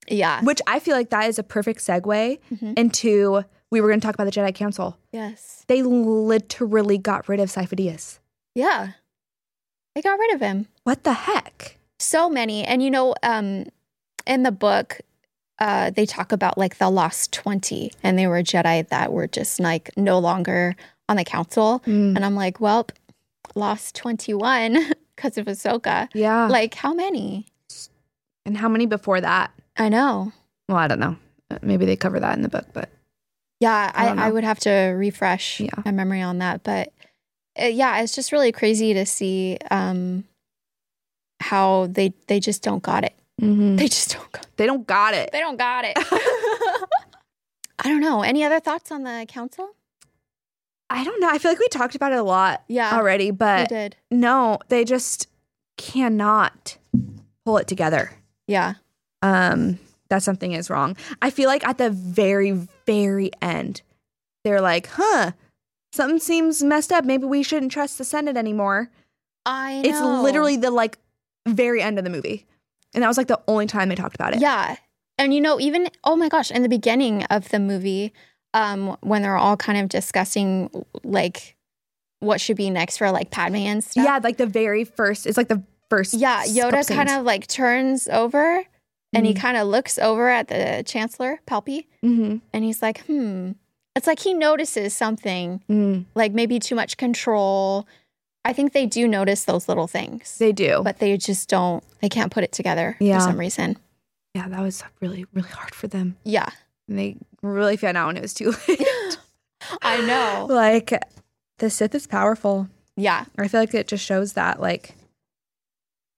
[SPEAKER 1] Yeah.
[SPEAKER 2] Which I feel like that is a perfect segue
[SPEAKER 1] Mhm.
[SPEAKER 2] into we were going to talk about the Jedi Council.
[SPEAKER 1] Yes.
[SPEAKER 2] They literally got rid of Sifo Dyas.
[SPEAKER 1] Yeah. They got rid of him.
[SPEAKER 2] What the heck?
[SPEAKER 1] so many and you know um in the book uh they talk about like the lost 20 and they were jedi that were just like no longer on the council and i'm like well lost [LAUGHS] 21 because of ahsoka
[SPEAKER 2] Yeah.
[SPEAKER 1] like how many
[SPEAKER 2] and how many before that?
[SPEAKER 1] i know
[SPEAKER 2] Well, I don't know. Uh, Maybe they cover that in the book, but
[SPEAKER 1] Yeah,
[SPEAKER 2] I
[SPEAKER 1] I,
[SPEAKER 2] don't
[SPEAKER 1] I,
[SPEAKER 2] know.
[SPEAKER 1] would have to refresh
[SPEAKER 2] Yeah.
[SPEAKER 1] my memory on that. But uh yeah, it's just really crazy to see um, how they they just don't got it.
[SPEAKER 2] Mm.
[SPEAKER 1] They just don't got
[SPEAKER 2] they don't got it.
[SPEAKER 1] They don't got
[SPEAKER 2] [LAUGHS]
[SPEAKER 1] it. I don't know. Any other thoughts on the council?
[SPEAKER 2] I don't know. I feel like we talked about it a lot
[SPEAKER 1] Yeah,
[SPEAKER 2] already,
[SPEAKER 1] we
[SPEAKER 2] but
[SPEAKER 1] did.
[SPEAKER 2] no, they just cannot pull it together.
[SPEAKER 1] Yeah,
[SPEAKER 2] Um, that something is wrong. I feel like at the very, very end, they're like, huh, something seems messed up. Maybe we shouldn't trust the Senate anymore.
[SPEAKER 1] I.
[SPEAKER 2] It's
[SPEAKER 1] know.
[SPEAKER 2] literally the like very end of the movie. And that was like the only time they talked about it.
[SPEAKER 1] Yeah. And you know, even oh my gosh, in the beginning of the movie, um, when they're all kind of discussing like what should be next for like Padme and stuff.
[SPEAKER 2] Yeah, like the very first it's like the first
[SPEAKER 1] Yeah, Yoda kind of like turns over and he kind of looks over at the Chancellor, Palpy,
[SPEAKER 2] mm-hmm.
[SPEAKER 1] and he's like, hmm. It's like he notices something,
[SPEAKER 2] mm-hmm.
[SPEAKER 1] like maybe too much control. I think they do notice those little things,
[SPEAKER 2] they do.
[SPEAKER 1] but they just don't, they can't put it together
[SPEAKER 2] Yeah.
[SPEAKER 1] for some reason.
[SPEAKER 2] yeah, that was really, really hard for them.
[SPEAKER 1] Yeah,
[SPEAKER 2] And they really found out when it
[SPEAKER 1] [LAUGHS]
[SPEAKER 2] was too late.
[SPEAKER 1] I
[SPEAKER 2] [LAUGHS]
[SPEAKER 1] know.
[SPEAKER 2] like, the Sith is powerful.
[SPEAKER 1] Yeah,
[SPEAKER 2] I feel like it just shows that, like,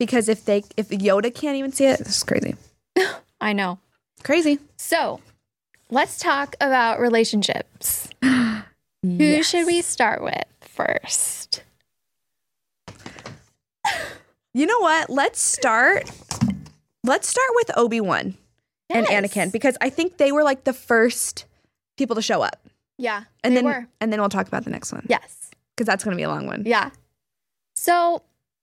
[SPEAKER 2] because if they, if Yoda can't even see it, this is crazy.
[SPEAKER 1] I know.
[SPEAKER 2] Crazy.
[SPEAKER 1] So let's talk about relationships. Who should we start with first?
[SPEAKER 2] You know what? Let's start. Let's start with Obi Wan and
[SPEAKER 1] Yes.
[SPEAKER 2] Anakin because I think they were like the first people to show up.
[SPEAKER 1] Yeah.
[SPEAKER 2] And
[SPEAKER 1] they
[SPEAKER 2] then
[SPEAKER 1] were.
[SPEAKER 2] and then we'll talk about the next one.
[SPEAKER 1] Yes.
[SPEAKER 2] Because that's gonna be a long one.
[SPEAKER 1] Yeah. So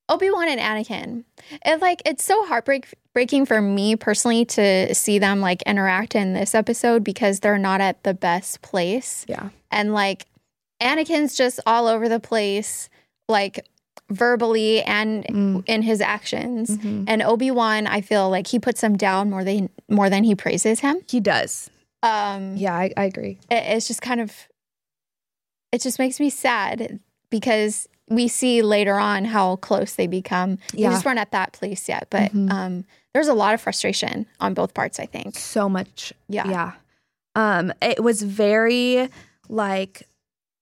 [SPEAKER 1] Obi-Wan and Anakin. It like it's so heartbreak breaking for me personally to see them like interact in this episode because they're not at the best place.
[SPEAKER 2] Yeah.
[SPEAKER 1] And like Anakin's just all over the place, like verbally and
[SPEAKER 2] Mm.
[SPEAKER 1] in his actions.
[SPEAKER 2] Mhm.
[SPEAKER 1] And Obi-Wan, I feel like he puts him down more than more than he praises him.
[SPEAKER 2] He does.
[SPEAKER 1] Um
[SPEAKER 2] Yeah, I, I agree.
[SPEAKER 1] it, it's just kind of it just makes me sad because we see later on how close they become.
[SPEAKER 2] Yeah.
[SPEAKER 1] They just weren't at that place yet, but
[SPEAKER 2] Mhm.
[SPEAKER 1] um, there's a lot of frustration on both parts. I think.
[SPEAKER 2] So much
[SPEAKER 1] Yeah.
[SPEAKER 2] Yeah. Um, it was very like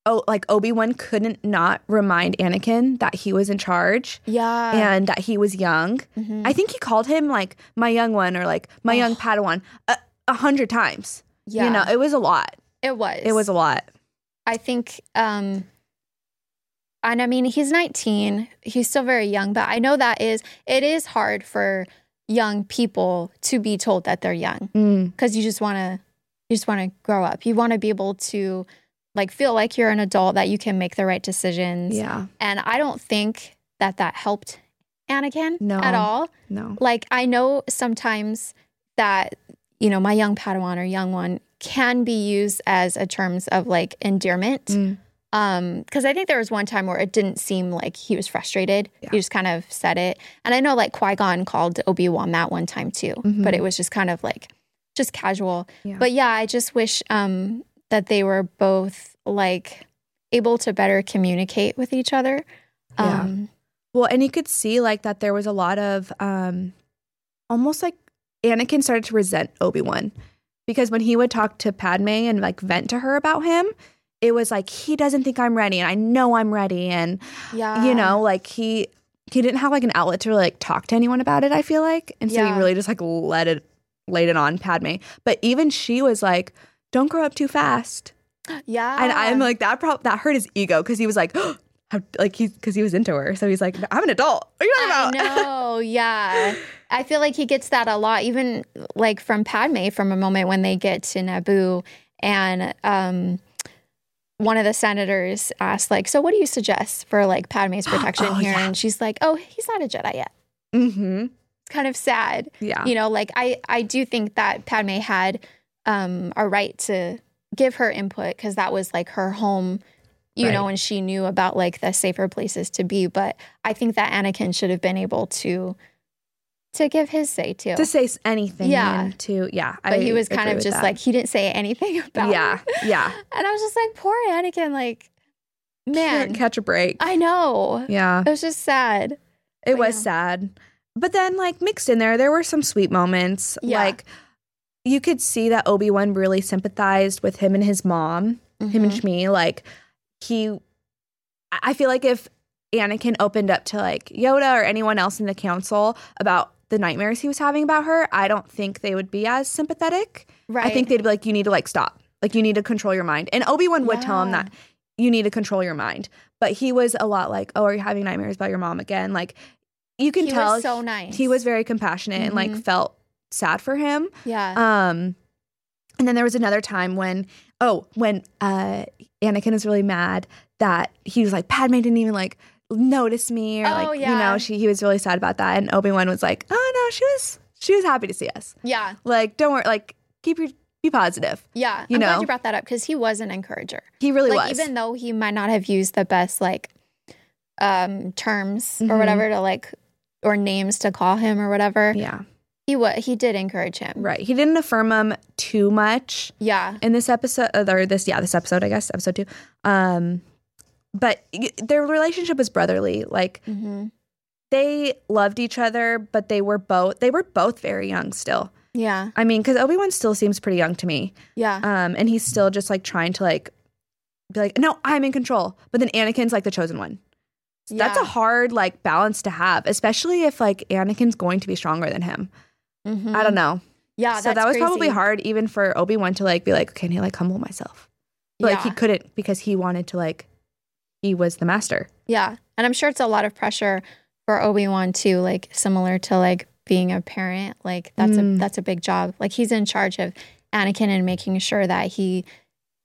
[SPEAKER 2] oh like Obi-Wan couldn't not remind Anakin that he was in charge
[SPEAKER 1] Yeah.
[SPEAKER 2] and that he was young.
[SPEAKER 1] Mhm.
[SPEAKER 2] I think he called him like my young one or like my young
[SPEAKER 1] Ugh.
[SPEAKER 2] Padawan a, a hundred times.
[SPEAKER 1] yeah.
[SPEAKER 2] You know, it was a lot.
[SPEAKER 1] it was.
[SPEAKER 2] It was a lot.
[SPEAKER 1] I think. Um, and I mean, he's 19. He's still very young, but I know that is it is hard for young people to be told that they're young.
[SPEAKER 2] Mm.
[SPEAKER 1] because you just want to you just want to grow up you want to be able to like feel like you're an adult that you can make the right decisions
[SPEAKER 2] Mm, Yeah.
[SPEAKER 1] and i don't think that that helped anakin
[SPEAKER 2] No.
[SPEAKER 1] at all
[SPEAKER 2] No.
[SPEAKER 1] like i know sometimes that you know my young padawan or young one can be used as a terms of like endearment
[SPEAKER 2] Mm.
[SPEAKER 1] um because i think there was one time where it didn't seem like he was frustrated
[SPEAKER 2] Yeah.
[SPEAKER 1] he just kind of said it and i know like qui-gon called obi-wan that one time too
[SPEAKER 2] Mhm.
[SPEAKER 1] but it was just kind of like just casual
[SPEAKER 2] Yeah.
[SPEAKER 1] but yeah i just wish um that they were both like able to better communicate with each other
[SPEAKER 2] Yeah.
[SPEAKER 1] um
[SPEAKER 2] Well, and you could see like that there was a lot of um almost like Anakin started to resent Obi-Wan because when he would talk to Padme and like vent to her about him, it was like he doesn't think I'm ready and I know I'm ready and
[SPEAKER 1] yeah
[SPEAKER 2] you know, like he he didn't have like an outlet to really like talk to anyone about it, I feel like. And so
[SPEAKER 1] Yeah.
[SPEAKER 2] he really just like let it laid it on Padme. But even she was like, Don't grow up too fast.
[SPEAKER 1] yeah
[SPEAKER 2] And I'm like that prob that hurt his ego because he was like, [GASPS] how, like he because he was into her, so he's like, I'm an adult. What are you
[SPEAKER 1] I
[SPEAKER 2] talking about?
[SPEAKER 1] know, yeah. I feel like he gets that a lot, even like from Padme from a moment when they get to Naboo and um one of the senators asked, like, so what do you suggest for like
[SPEAKER 2] [GASPS]
[SPEAKER 1] Padme's protection
[SPEAKER 2] Oh,
[SPEAKER 1] here?
[SPEAKER 2] yeah.
[SPEAKER 1] And she's like, Oh, he's not a Jedi yet.
[SPEAKER 2] Mm-hmm.
[SPEAKER 1] It's kind of sad.
[SPEAKER 2] Yeah.
[SPEAKER 1] You know, like I I do think that Padme had um a right to give her input because that was like her home, you know,
[SPEAKER 3] Right.
[SPEAKER 1] and she knew about like the safer places to be. But I think that Anakin should have been able to to give his say too.
[SPEAKER 2] To say s- anything.
[SPEAKER 1] Yeah.
[SPEAKER 2] and to yeah.
[SPEAKER 1] but
[SPEAKER 2] I
[SPEAKER 1] he was kind
[SPEAKER 2] agree
[SPEAKER 1] of
[SPEAKER 2] with
[SPEAKER 1] just
[SPEAKER 2] that.
[SPEAKER 1] like he didn't say anything [LAUGHS] about it.
[SPEAKER 2] Yeah. Yeah.
[SPEAKER 1] And I was just like, poor Anakin, like [LAUGHS] man.
[SPEAKER 2] Can't catch a break.
[SPEAKER 1] I know.
[SPEAKER 2] yeah.
[SPEAKER 1] It was just sad.
[SPEAKER 2] It
[SPEAKER 1] But
[SPEAKER 2] was
[SPEAKER 1] yeah.
[SPEAKER 2] sad. But then, like, mixed in there, there were some sweet moments.
[SPEAKER 1] Yeah.
[SPEAKER 2] Like, you could see that Obi Wan really sympathized with him and his mom, him and
[SPEAKER 1] Mhm.
[SPEAKER 2] Shmi. Like, he, I- I feel like if Anakin opened up to like Yoda or anyone else in the council about the nightmares he was having about her, I don't think they would be as sympathetic.
[SPEAKER 1] right.
[SPEAKER 2] I think they'd be like, you need to like stop. Like you need to control your mind. And Obi Wan would tell him
[SPEAKER 1] Yeah.
[SPEAKER 2] that you need to control your mind. But he was a lot like, oh, are you having nightmares about your mom again? Like you can
[SPEAKER 1] he
[SPEAKER 2] tell
[SPEAKER 1] was so nice.
[SPEAKER 2] he was very compassionate and like
[SPEAKER 1] Mhm.
[SPEAKER 2] felt sad for him.
[SPEAKER 1] Yeah.
[SPEAKER 2] Um, and then there was another time when, oh, when uh, Anakin was really mad that he was like, Padme didn't even like notice me, or
[SPEAKER 1] Oh,
[SPEAKER 2] like, you
[SPEAKER 1] yeah.
[SPEAKER 2] know, she he was really sad about that. And Obi Wan was like, oh no, she was she was happy to see us.
[SPEAKER 1] yeah.
[SPEAKER 2] Like, don't worry, like keep your be positive.
[SPEAKER 1] Yeah,
[SPEAKER 2] you
[SPEAKER 1] I'm
[SPEAKER 2] know?
[SPEAKER 1] glad you brought that up because he was an encourager.
[SPEAKER 2] He really
[SPEAKER 1] like
[SPEAKER 2] was.
[SPEAKER 1] even though he might not have used the best like um terms or
[SPEAKER 2] Mhm.
[SPEAKER 1] whatever to like or names to call him or whatever,
[SPEAKER 2] yeah,
[SPEAKER 1] he wa he did encourage him.
[SPEAKER 2] right. He didn't affirm him too much
[SPEAKER 1] Yeah,
[SPEAKER 2] in this episode, uh, or this, yeah, this episode, I guess, episode two. Um, but y- their relationship was brotherly. Like
[SPEAKER 1] hmm
[SPEAKER 2] they loved each other, but they were both they were both very young still.
[SPEAKER 1] yeah,
[SPEAKER 2] I mean, because Obi Wan still seems pretty young to me,
[SPEAKER 1] yeah,
[SPEAKER 2] um, and he's still just like trying to like be like, no, I'm in control. But then Anakin's like the chosen one. So That's a
[SPEAKER 1] Yeah.
[SPEAKER 2] hard like balance to have, especially if like Anakin's going to be stronger than him.
[SPEAKER 1] Mhm.
[SPEAKER 2] I don't know.
[SPEAKER 1] Yeah,
[SPEAKER 2] so that
[SPEAKER 1] that's
[SPEAKER 2] was probably
[SPEAKER 1] crazy.
[SPEAKER 2] hard even for Obi Wan to like be like, can he like humble myself? But, Like he
[SPEAKER 1] Yeah.
[SPEAKER 2] couldn't because he wanted to like he was the master.
[SPEAKER 1] Yeah. And I'm sure it's a lot of pressure for Obi-Wan too, like similar to like being a parent. Like that's a
[SPEAKER 2] Mm.
[SPEAKER 1] that's a big job. Like he's in charge of Anakin and making sure that he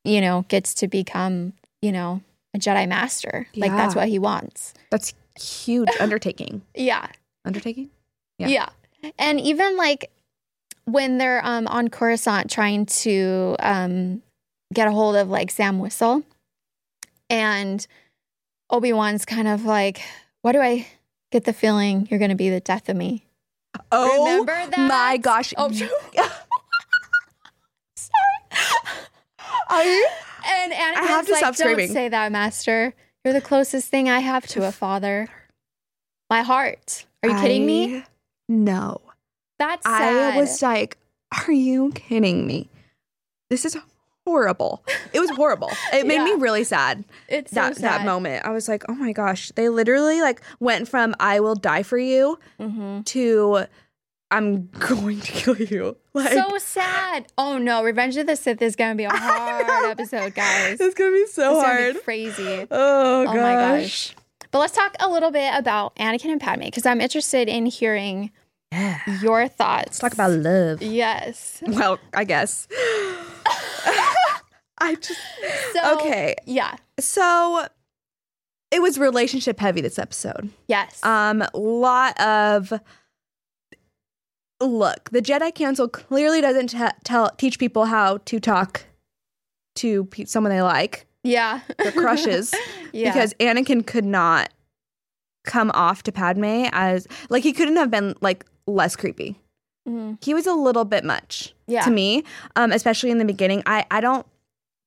[SPEAKER 1] you know, gets to become, you know, a Jedi master. Like that's
[SPEAKER 2] Yeah.
[SPEAKER 1] what he wants.
[SPEAKER 2] That's
[SPEAKER 1] [LAUGHS]
[SPEAKER 2] huge undertaking.
[SPEAKER 1] Yeah.
[SPEAKER 2] Undertaking? Yeah.
[SPEAKER 1] Yeah. And even like when they're um on Coruscant trying to um get a hold of like Sam Whistle and Obi-Wan's kind of like, why do I get the feeling you're gonna be the death of me?
[SPEAKER 2] Oh
[SPEAKER 1] Remember that?
[SPEAKER 2] my gosh.
[SPEAKER 1] Oh,
[SPEAKER 2] [LAUGHS] I
[SPEAKER 1] and Anakin's
[SPEAKER 2] have to
[SPEAKER 1] like,
[SPEAKER 2] stop
[SPEAKER 1] don't
[SPEAKER 2] screaming."
[SPEAKER 1] say that, Master. You're the closest thing I have to a father. My heart. Are you kidding me?
[SPEAKER 2] I- No.
[SPEAKER 1] That's sad.
[SPEAKER 2] I was like, are you kidding me? This is horrible. It was horrible. It made me
[SPEAKER 1] Yeah.
[SPEAKER 2] really sad
[SPEAKER 1] it's so
[SPEAKER 2] that that
[SPEAKER 1] sad.
[SPEAKER 2] moment. I was like, oh my gosh. They literally like went from I will die for you
[SPEAKER 1] Mhm.
[SPEAKER 2] to I'm going to kill you. [LAUGHS] Like
[SPEAKER 1] so sad. Oh no, Revenge of the Sith is gonna be a
[SPEAKER 2] [LAUGHS]
[SPEAKER 1] hard episode, [LAUGHS] guys.
[SPEAKER 2] It's gonna be so
[SPEAKER 1] It's gonna
[SPEAKER 2] hard.
[SPEAKER 1] be crazy.
[SPEAKER 2] Oh,
[SPEAKER 1] Oh my gosh. But let's talk a little bit about Anakin and Padme because I'm interested in hearing
[SPEAKER 2] Yeah.
[SPEAKER 1] your thoughts.
[SPEAKER 2] Let's talk about love.
[SPEAKER 1] yes.
[SPEAKER 2] Well, I guess. [LAUGHS] I just
[SPEAKER 1] So,
[SPEAKER 2] Okay.
[SPEAKER 1] Yeah.
[SPEAKER 2] So it was relationship heavy this episode.
[SPEAKER 1] Yes.
[SPEAKER 2] Um lot of look, the Jedi Council clearly doesn't te- tell teach people how to talk to pe- someone they like,
[SPEAKER 1] yeah.
[SPEAKER 2] [LAUGHS] their crushes,
[SPEAKER 1] [LAUGHS] yeah.
[SPEAKER 2] because Anakin could not come off to Padme as like he couldn't have been like less creepy.
[SPEAKER 1] Mhm.
[SPEAKER 2] He was a little bit much
[SPEAKER 1] yeah.
[SPEAKER 2] to me, um, especially in the beginning. I, I don't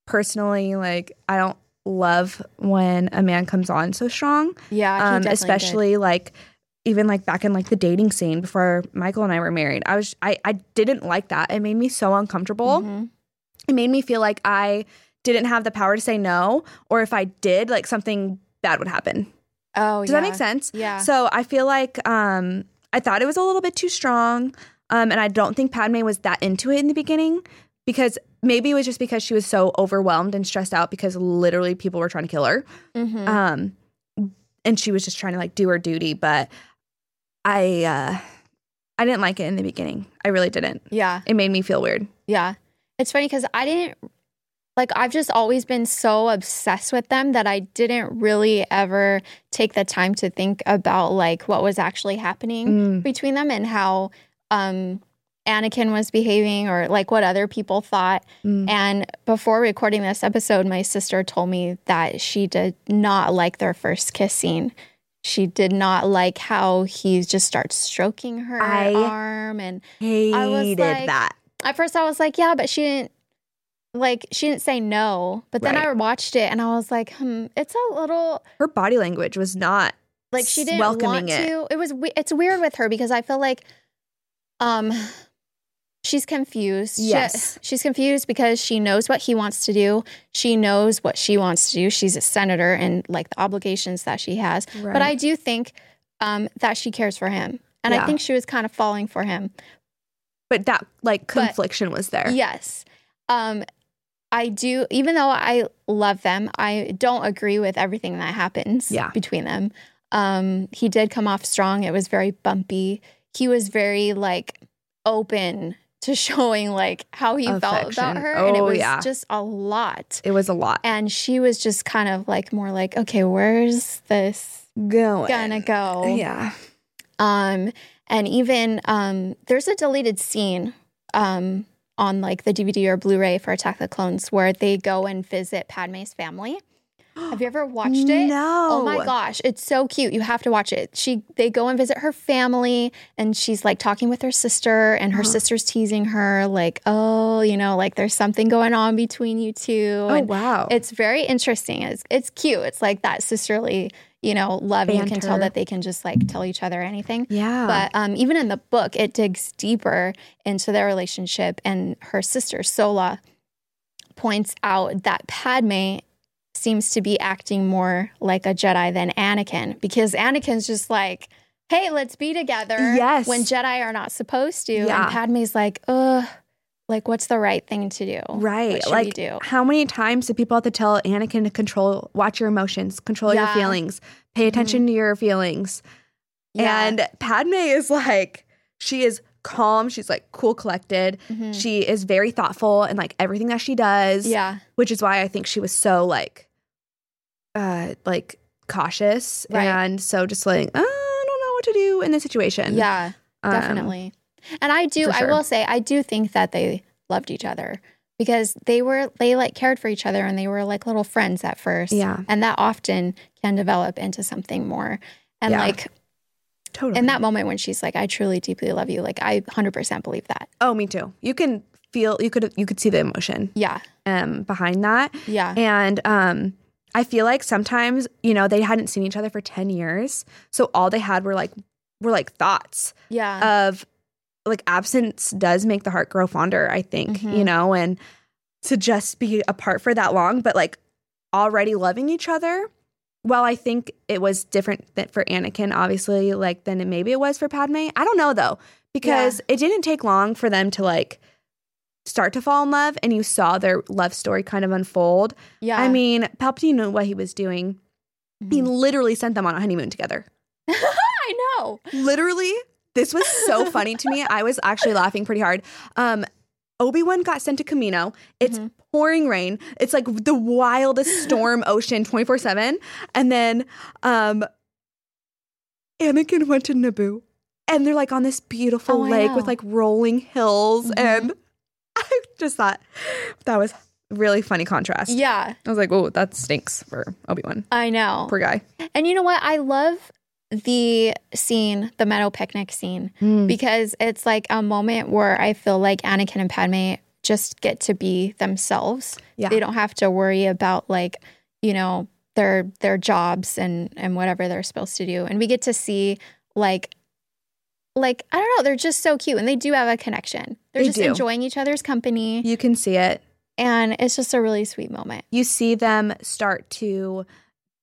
[SPEAKER 2] personally like I don't love when a man comes on so strong,
[SPEAKER 1] Yeah. he
[SPEAKER 2] um,
[SPEAKER 1] definitely did.
[SPEAKER 2] especially like even like back in like the dating scene before Michael and I were married. I was I, I didn't like that. It made me so uncomfortable.
[SPEAKER 1] Mhm.
[SPEAKER 2] It made me feel like I didn't have the power to say no, or if I did, like something bad would happen.
[SPEAKER 1] Oh,
[SPEAKER 2] Does that make sense?
[SPEAKER 1] Yeah.
[SPEAKER 2] So I feel like um, I thought it was a little bit too strong, um, and I don't think Padme was that into it in the beginning because maybe it was just because she was so overwhelmed and stressed out because literally people were trying to kill her,
[SPEAKER 1] Mhm.
[SPEAKER 2] um, and she was just trying to like do her duty. But I, uh, I didn't like it in the beginning. I really didn't.
[SPEAKER 1] yeah.
[SPEAKER 2] It made me feel weird.
[SPEAKER 1] Yeah. It's funny because I didn't like I've just always been so obsessed with them that I didn't really ever take the time to think about like what was actually happening
[SPEAKER 2] Mm.
[SPEAKER 1] between them and how um Anakin was behaving or like what other people thought.
[SPEAKER 2] Mm.
[SPEAKER 1] And before recording this episode, my sister told me that she did not like their first kiss scene. She did not like how he just starts stroking her
[SPEAKER 2] I-
[SPEAKER 1] arm and
[SPEAKER 2] Hated
[SPEAKER 1] was like-
[SPEAKER 2] that.
[SPEAKER 1] at first I was like, yeah, but she didn't like she didn't say no. But then
[SPEAKER 2] Right.
[SPEAKER 1] I watched it and I was like, hmm, it's a little
[SPEAKER 2] Her body language was not
[SPEAKER 1] like she
[SPEAKER 2] S-
[SPEAKER 1] didn't
[SPEAKER 2] welcoming
[SPEAKER 1] want
[SPEAKER 2] it.
[SPEAKER 1] to. It was we- it's weird with her because I feel like um she's confused. She-
[SPEAKER 2] Yes.
[SPEAKER 1] she's confused because she knows what he wants to do. She knows what she wants to do. She's a senator and like the obligations that she has. But I do think um that she cares for him. And
[SPEAKER 2] Yeah.
[SPEAKER 1] I think she was kind of falling for him.
[SPEAKER 2] but that like
[SPEAKER 1] But-
[SPEAKER 2] confliction was there.
[SPEAKER 1] Yes. Um I do even though I love them, I don't agree with everything that happens
[SPEAKER 2] Yeah.
[SPEAKER 1] between them. Um he did come off strong. It was very bumpy. He was very like open to [LAUGHS] showing like how he felt about
[SPEAKER 2] Affection.
[SPEAKER 1] her and it
[SPEAKER 2] Oh,
[SPEAKER 1] was
[SPEAKER 2] yeah.
[SPEAKER 1] just a lot.
[SPEAKER 2] It was a lot.
[SPEAKER 1] And she was just kind of like more like, "Okay, where's this
[SPEAKER 2] Going.
[SPEAKER 1] gonna go?"
[SPEAKER 2] Yeah.
[SPEAKER 1] Um, and even um, there's a deleted scene um, on like the DVD or Blu-ray for Attack of the Clones where they go and visit Padme's family. Have you ever watched it?
[SPEAKER 2] No.
[SPEAKER 1] Oh my gosh, it's so cute. You have to watch it. She they go and visit her family and she's like talking with her sister and her
[SPEAKER 2] Uh-huh.
[SPEAKER 1] sister's teasing her like, "Oh, you know, like there's something going on between you two.
[SPEAKER 2] Oh
[SPEAKER 1] and
[SPEAKER 2] wow.
[SPEAKER 1] it's very interesting. It's it's cute. It's like that sisterly, you know, love. You can tell
[SPEAKER 2] Banter.
[SPEAKER 1] that they can just like tell each other anything.
[SPEAKER 2] yeah.
[SPEAKER 1] But um, even in the book, it digs deeper into their relationship. And her sister, Sola, points out that Padme seems to be acting more like a Jedi than Anakin because Anakin's just like, hey, let's be together.
[SPEAKER 2] Yes.
[SPEAKER 1] When Jedi are not supposed to.
[SPEAKER 2] Yeah.
[SPEAKER 1] And Padme's like, ugh, like, what's the right thing to do?
[SPEAKER 2] right.
[SPEAKER 1] What should
[SPEAKER 2] Like
[SPEAKER 1] we do?
[SPEAKER 2] how many times did people have to tell Anakin to control, watch your emotions, control your
[SPEAKER 1] Yeah. Mm-hmm.
[SPEAKER 2] feelings, pay attention to your feelings?
[SPEAKER 1] Yeah.
[SPEAKER 2] And Padme is like, she is calm. She's like cool, collected.
[SPEAKER 1] Mm-hmm.
[SPEAKER 2] She is very thoughtful in like everything that she does.
[SPEAKER 1] Mm. Yeah.
[SPEAKER 2] which is why I think she was so like, uh, like cautious
[SPEAKER 1] Right.
[SPEAKER 2] and so just like "Uh, I don't know what to do in this [LAUGHS] situation.
[SPEAKER 1] Yeah,
[SPEAKER 2] Um,
[SPEAKER 1] definitely. And I do,
[SPEAKER 2] for
[SPEAKER 1] I
[SPEAKER 2] sure.
[SPEAKER 1] will say, I do think that they loved each other because they were, they like cared for each other and they were like little friends at first.
[SPEAKER 2] Yeah.
[SPEAKER 1] And that often can develop into something more. And
[SPEAKER 2] Yeah.
[SPEAKER 1] like
[SPEAKER 2] totally.
[SPEAKER 1] in that moment when she's like, I truly deeply love you, like I 100% believe that.
[SPEAKER 2] oh, me too. You can feel you could you could see the emotion
[SPEAKER 1] Yeah.
[SPEAKER 2] um behind that,
[SPEAKER 1] Yeah.
[SPEAKER 2] and um. I feel like sometimes, you know, they hadn't seen each other for 10 years. So all they had were like were like thoughts
[SPEAKER 1] yeah.
[SPEAKER 2] of like absence does make the heart grow fonder, I think,
[SPEAKER 1] Mhm.
[SPEAKER 2] you know, and to just be apart for that long, but like already loving each other. Well, I think it was different th- for Anakin, obviously, like than it maybe it was for Padme. I don't know though, because it didn't take long for them to like start to fall in love and you saw their love story kind of unfold.
[SPEAKER 1] yeah.
[SPEAKER 2] I mean, Palpatine knew what he was doing. He
[SPEAKER 1] Mhm.
[SPEAKER 2] literally sent them on a honeymoon together
[SPEAKER 1] I know.
[SPEAKER 2] literally this was so
[SPEAKER 1] [LAUGHS]
[SPEAKER 2] funny to me i was actually laughing pretty hard um obi-wan got sent to camino it's
[SPEAKER 1] Mhm.
[SPEAKER 2] pouring rain it's like
[SPEAKER 1] [LAUGHS]
[SPEAKER 2] the wildest storm ocean 24-7 and then um anakin went to naboo and they're like on this beautiful
[SPEAKER 1] Oh, I
[SPEAKER 2] lake
[SPEAKER 1] know.
[SPEAKER 2] with like rolling hills
[SPEAKER 1] Mhm.
[SPEAKER 2] and [LAUGHS] i just thought that was really funny contrast
[SPEAKER 1] Yeah.
[SPEAKER 2] i was like oh that stinks for obi-wan
[SPEAKER 1] I know.
[SPEAKER 2] poor guy
[SPEAKER 1] And you know what? I love the scene, the meadow picnic scene,
[SPEAKER 2] Mm-hmm.
[SPEAKER 1] because it's like a moment where I feel like Anakin and Padme just get to be themselves.
[SPEAKER 2] Yeah.
[SPEAKER 1] They don't have to worry about like, you know, their their jobs and and whatever they're supposed to do. And we get to see like like I don't know, they're just so cute and they do have a connection. They're
[SPEAKER 2] They
[SPEAKER 1] just
[SPEAKER 2] do.
[SPEAKER 1] enjoying each other's company
[SPEAKER 2] you can see it
[SPEAKER 1] and it's just a really sweet moment.
[SPEAKER 2] you see them start to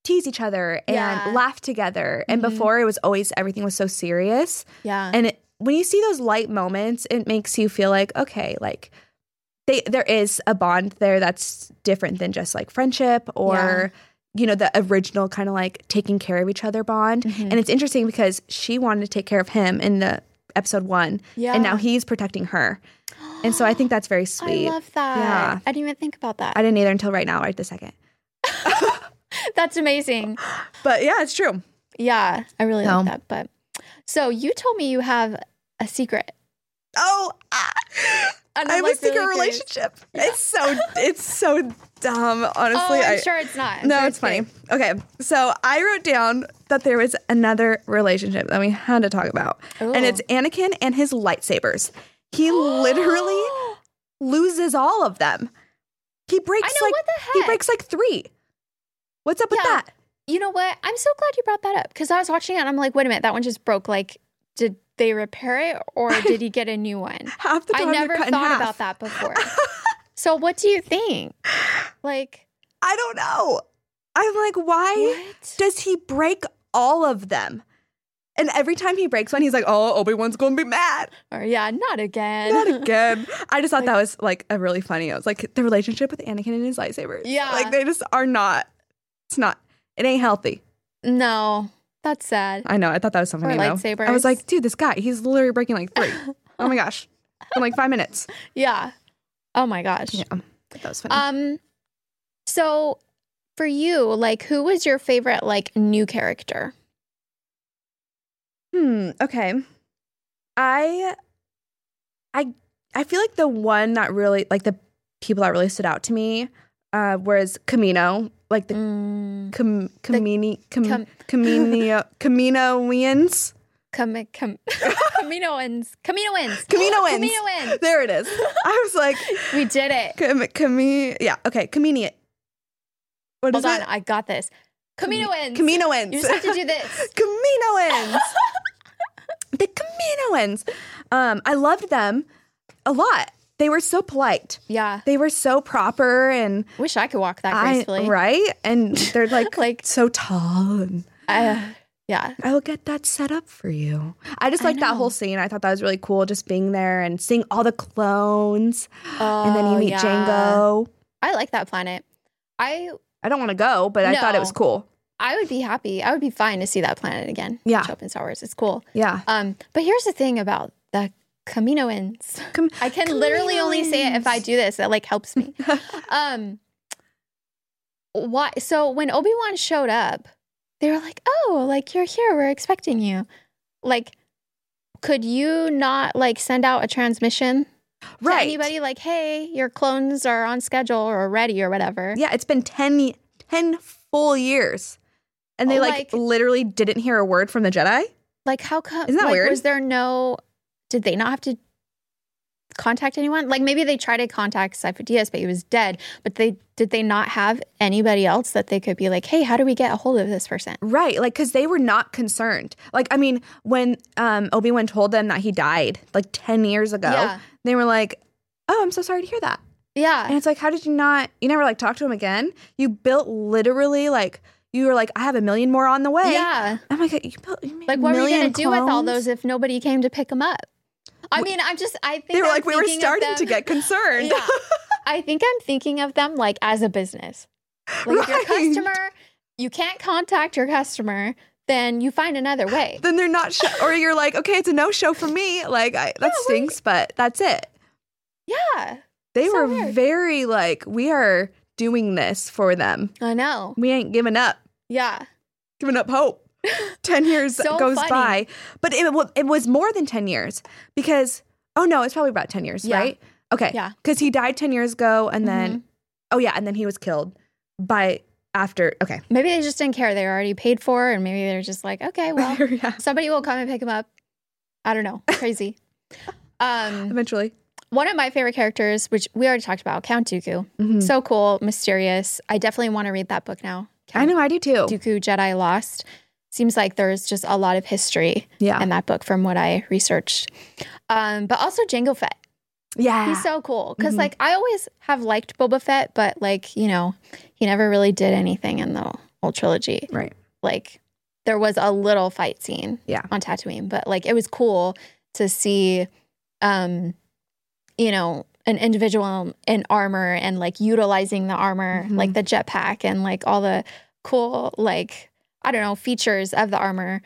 [SPEAKER 2] tease each other and
[SPEAKER 1] Yeah.
[SPEAKER 2] laugh together. And
[SPEAKER 1] Mhm.
[SPEAKER 2] before it was always everything was so serious.
[SPEAKER 1] Yeah.
[SPEAKER 2] And it, when you see those light moments, it makes you feel like okay, like they there is a bond there that's different than just like friendship or you know the original kind of like taking care of each other bond.
[SPEAKER 1] Mhm.
[SPEAKER 2] And it's interesting because she wanted to take care of him in the episode 1
[SPEAKER 1] yeah.
[SPEAKER 2] and now he's protecting her. And so I think that's very sweet.
[SPEAKER 1] [GASPS] I love that.
[SPEAKER 2] Yeah.
[SPEAKER 1] I didn't even think about that.
[SPEAKER 2] I didn't either until right now, right the second.
[SPEAKER 1] [LAUGHS] That's amazing.
[SPEAKER 2] But yeah, it's true.
[SPEAKER 1] Yeah, I really
[SPEAKER 2] So.
[SPEAKER 1] like that. But so you told me you have a secret.
[SPEAKER 2] Oh, ah.
[SPEAKER 1] And
[SPEAKER 2] I have a
[SPEAKER 1] like,
[SPEAKER 2] secret
[SPEAKER 1] really curious.
[SPEAKER 2] relationship. It's so it's so dumb. Honestly,
[SPEAKER 1] Oh, I'm
[SPEAKER 2] I-
[SPEAKER 1] sure it's not. I'm
[SPEAKER 2] no,
[SPEAKER 1] sure
[SPEAKER 2] it's funny.
[SPEAKER 1] fake.
[SPEAKER 2] Okay, so I wrote down that there was another relationship that we had to talk about, and
[SPEAKER 1] Ooh.
[SPEAKER 2] it's Anakin and his lightsabers. He literally loses all of them. He breaks
[SPEAKER 1] know,
[SPEAKER 2] like
[SPEAKER 1] what the
[SPEAKER 2] he
[SPEAKER 1] heck?
[SPEAKER 2] breaks like three. What's up with
[SPEAKER 1] Yeah.
[SPEAKER 2] that?
[SPEAKER 1] [GASPS] You know what? I'm so glad you brought that up because I was watching it and I'm like, wait a minute, that one just broke. Like, did they repair it
[SPEAKER 2] [LAUGHS]
[SPEAKER 1] or did he get a new one?
[SPEAKER 2] Half the
[SPEAKER 1] I
[SPEAKER 2] time they're
[SPEAKER 1] never
[SPEAKER 2] cut in
[SPEAKER 1] thought
[SPEAKER 2] half.
[SPEAKER 1] about that
[SPEAKER 2] [LAUGHS]
[SPEAKER 1] before. so what do you think? Like,
[SPEAKER 2] I don't know. I'm like, why?
[SPEAKER 1] what?
[SPEAKER 2] does he break all of them? And every time he breaks one, he's like, "Oh, Obi Wan's gonna be mad,
[SPEAKER 1] Or yeah, not again. [LAUGHS]
[SPEAKER 2] not again." I just thought that was like a really funny. I was like, the relationship with Anakin and his lightsabers.
[SPEAKER 1] Yeah.
[SPEAKER 2] like they just are not. It's not. It ain't healthy.
[SPEAKER 1] no, that's sad.
[SPEAKER 2] I know. I thought that was so funny. though. I
[SPEAKER 1] lightsabers.
[SPEAKER 2] was like, dude, this guy, he's literally breaking like three. oh my gosh, in like five minutes.
[SPEAKER 1] Yeah. Oh my gosh.
[SPEAKER 2] Yeah, Uh, that was funny.
[SPEAKER 1] Um so for you, like who was your favorite like new character?
[SPEAKER 2] Hmm. Okay. I, I, I feel like the one that really like the people that really stood out to me uh, was Camino, like the Hmm.
[SPEAKER 1] Mm.
[SPEAKER 2] com, Camini, com,
[SPEAKER 1] com- [LAUGHS]
[SPEAKER 2] Camino, Caminoians.
[SPEAKER 1] Com- [LAUGHS] com- Caminoans. Caminoans. [GASPS]
[SPEAKER 2] Caminoans.
[SPEAKER 1] Caminoans.
[SPEAKER 2] There
[SPEAKER 1] [LAUGHS]
[SPEAKER 2] it is. I was like,
[SPEAKER 1] We did it.
[SPEAKER 2] com, Cami, yeah, okay, Camini. What is
[SPEAKER 1] Hold on,
[SPEAKER 2] it?
[SPEAKER 1] I got this. Caminoans.
[SPEAKER 2] Caminoans.
[SPEAKER 1] You just have to
[SPEAKER 2] [LAUGHS]
[SPEAKER 1] do this. [LAUGHS]
[SPEAKER 2] Caminoans. the Caminoans. Um, I loved them a lot. They were so polite.
[SPEAKER 1] Yeah.
[SPEAKER 2] They were so proper and
[SPEAKER 1] Wish I could walk that
[SPEAKER 2] I,
[SPEAKER 1] gracefully.
[SPEAKER 2] right? And
[SPEAKER 1] [LAUGHS]
[SPEAKER 2] they're like
[SPEAKER 1] Like-
[SPEAKER 2] like so tall and
[SPEAKER 1] I- [SIGHS] yeah.
[SPEAKER 2] I will get that set up for you. I just
[SPEAKER 1] I
[SPEAKER 2] liked that
[SPEAKER 1] know.
[SPEAKER 2] whole scene. I thought that was really cool just being there and seeing all the clones and then you
[SPEAKER 1] Oh,
[SPEAKER 2] meet
[SPEAKER 1] yeah.
[SPEAKER 2] Django.
[SPEAKER 1] I like that planet. I
[SPEAKER 2] I don't want to go, but I thought it
[SPEAKER 1] No.
[SPEAKER 2] was cool.
[SPEAKER 1] I would be happy. I would be fine to see that planet again.
[SPEAKER 2] Yeah.
[SPEAKER 1] Show up in Star Wars. It's cool.
[SPEAKER 2] Yeah.
[SPEAKER 1] Um, but here's the thing about the Kaminoans.
[SPEAKER 2] Come,
[SPEAKER 1] I can literally only say it if I
[SPEAKER 2] Kaminoans.
[SPEAKER 1] do this. It like helps
[SPEAKER 2] [LAUGHS]
[SPEAKER 1] me. um why so when Obi-Wan showed up, they were like, "Oh, like you're here. We're expecting you." Like could you not like send out a transmission to
[SPEAKER 2] Right.
[SPEAKER 1] anybody like, "Hey, your clones are on schedule or ready or whatever?"
[SPEAKER 2] Yeah, it's been 10, 10 full years. And they
[SPEAKER 1] Oh, like-
[SPEAKER 2] like, literally didn't hear a word from the Jedi.
[SPEAKER 1] Like how come
[SPEAKER 2] Isn't that
[SPEAKER 1] like,
[SPEAKER 2] weird?
[SPEAKER 1] was there no did they not have to contact anyone? Like maybe they tried to contact Cypher Diaz, but he was dead. But they did they not have anybody else that they could be like, hey, how do we get a hold of this person?
[SPEAKER 2] Right, like cuz they were not concerned. Like I mean, when um Obi-Wan told them that he died like 10 years ago,
[SPEAKER 1] Yeah.
[SPEAKER 2] they were like, "Oh, I'm so sorry to hear that." And
[SPEAKER 1] Yeah.
[SPEAKER 2] it's like, "How did you not you never like talk to him again? You built literally like you were like, "I have a million more on the way."
[SPEAKER 1] Yeah.
[SPEAKER 2] Oh my god, you built you made
[SPEAKER 1] Like what
[SPEAKER 2] a
[SPEAKER 1] were we
[SPEAKER 2] million
[SPEAKER 1] gonna do with all
[SPEAKER 2] clones?
[SPEAKER 1] those if nobody came to pick them up? I mean, I'm just I think
[SPEAKER 2] They were
[SPEAKER 1] I'm
[SPEAKER 2] like, "We were
[SPEAKER 1] thinking of
[SPEAKER 2] starting
[SPEAKER 1] them-
[SPEAKER 2] to get concerned."
[SPEAKER 1] Yeah. I think I'm thinking of them like as a business. Like if your
[SPEAKER 2] Right.
[SPEAKER 1] customer, you can't contact your customer, then you find another
[SPEAKER 2] [LAUGHS]
[SPEAKER 1] way.
[SPEAKER 2] [LAUGHS] then they're not show- or you're like okay it's a no show for me like I, that stinks but that's it
[SPEAKER 1] Yeah.
[SPEAKER 2] they
[SPEAKER 1] So
[SPEAKER 2] were
[SPEAKER 1] weird.
[SPEAKER 2] very like we are doing this for them
[SPEAKER 1] I know.
[SPEAKER 2] we ain't giving up
[SPEAKER 1] Yeah.
[SPEAKER 2] giving up
[SPEAKER 1] [LAUGHS]
[SPEAKER 2] hope 10 years
[SPEAKER 1] So
[SPEAKER 2] goes
[SPEAKER 1] funny.
[SPEAKER 2] by but it, wa- it was more than 10 years because oh no it's probably about 10 years
[SPEAKER 1] Yeah.
[SPEAKER 2] right okay
[SPEAKER 1] Yeah. Mm-hmm.
[SPEAKER 2] because he died 10 years ago and then oh yeah and then he was killed by after okay
[SPEAKER 1] Maybe they just didn't care. They were already paid for, and maybe they're just like, okay, well,
[SPEAKER 2] [LAUGHS] yeah
[SPEAKER 1] somebody will come and pick him up. I don't know.
[SPEAKER 2] [LAUGHS]
[SPEAKER 1] Crazy. Um,
[SPEAKER 2] eventually
[SPEAKER 1] one of my favorite characters, which we already talked about, Count Dooku.
[SPEAKER 2] Mhm.
[SPEAKER 1] So cool, mysterious. I definitely want to read that book now.
[SPEAKER 2] i know i do too
[SPEAKER 1] Dooku Jedi Lost. Seems like there's just a lot of history
[SPEAKER 2] yeah
[SPEAKER 1] in that book from what I researched. Um, but also Jango Fett.
[SPEAKER 2] yeah
[SPEAKER 1] He's so cool because,
[SPEAKER 2] Mhm.
[SPEAKER 1] like, I always have liked Boba Fett, but like, you know, he never really did anything in the old trilogy.
[SPEAKER 2] right
[SPEAKER 1] like there was a little fight scene
[SPEAKER 2] Yeah.
[SPEAKER 1] on Tatooine, but like it was cool to see um you know an individual in armor and like utilizing the armor
[SPEAKER 2] Mhm.
[SPEAKER 1] like the jetpack and like all the cool like I don't know features of the armor.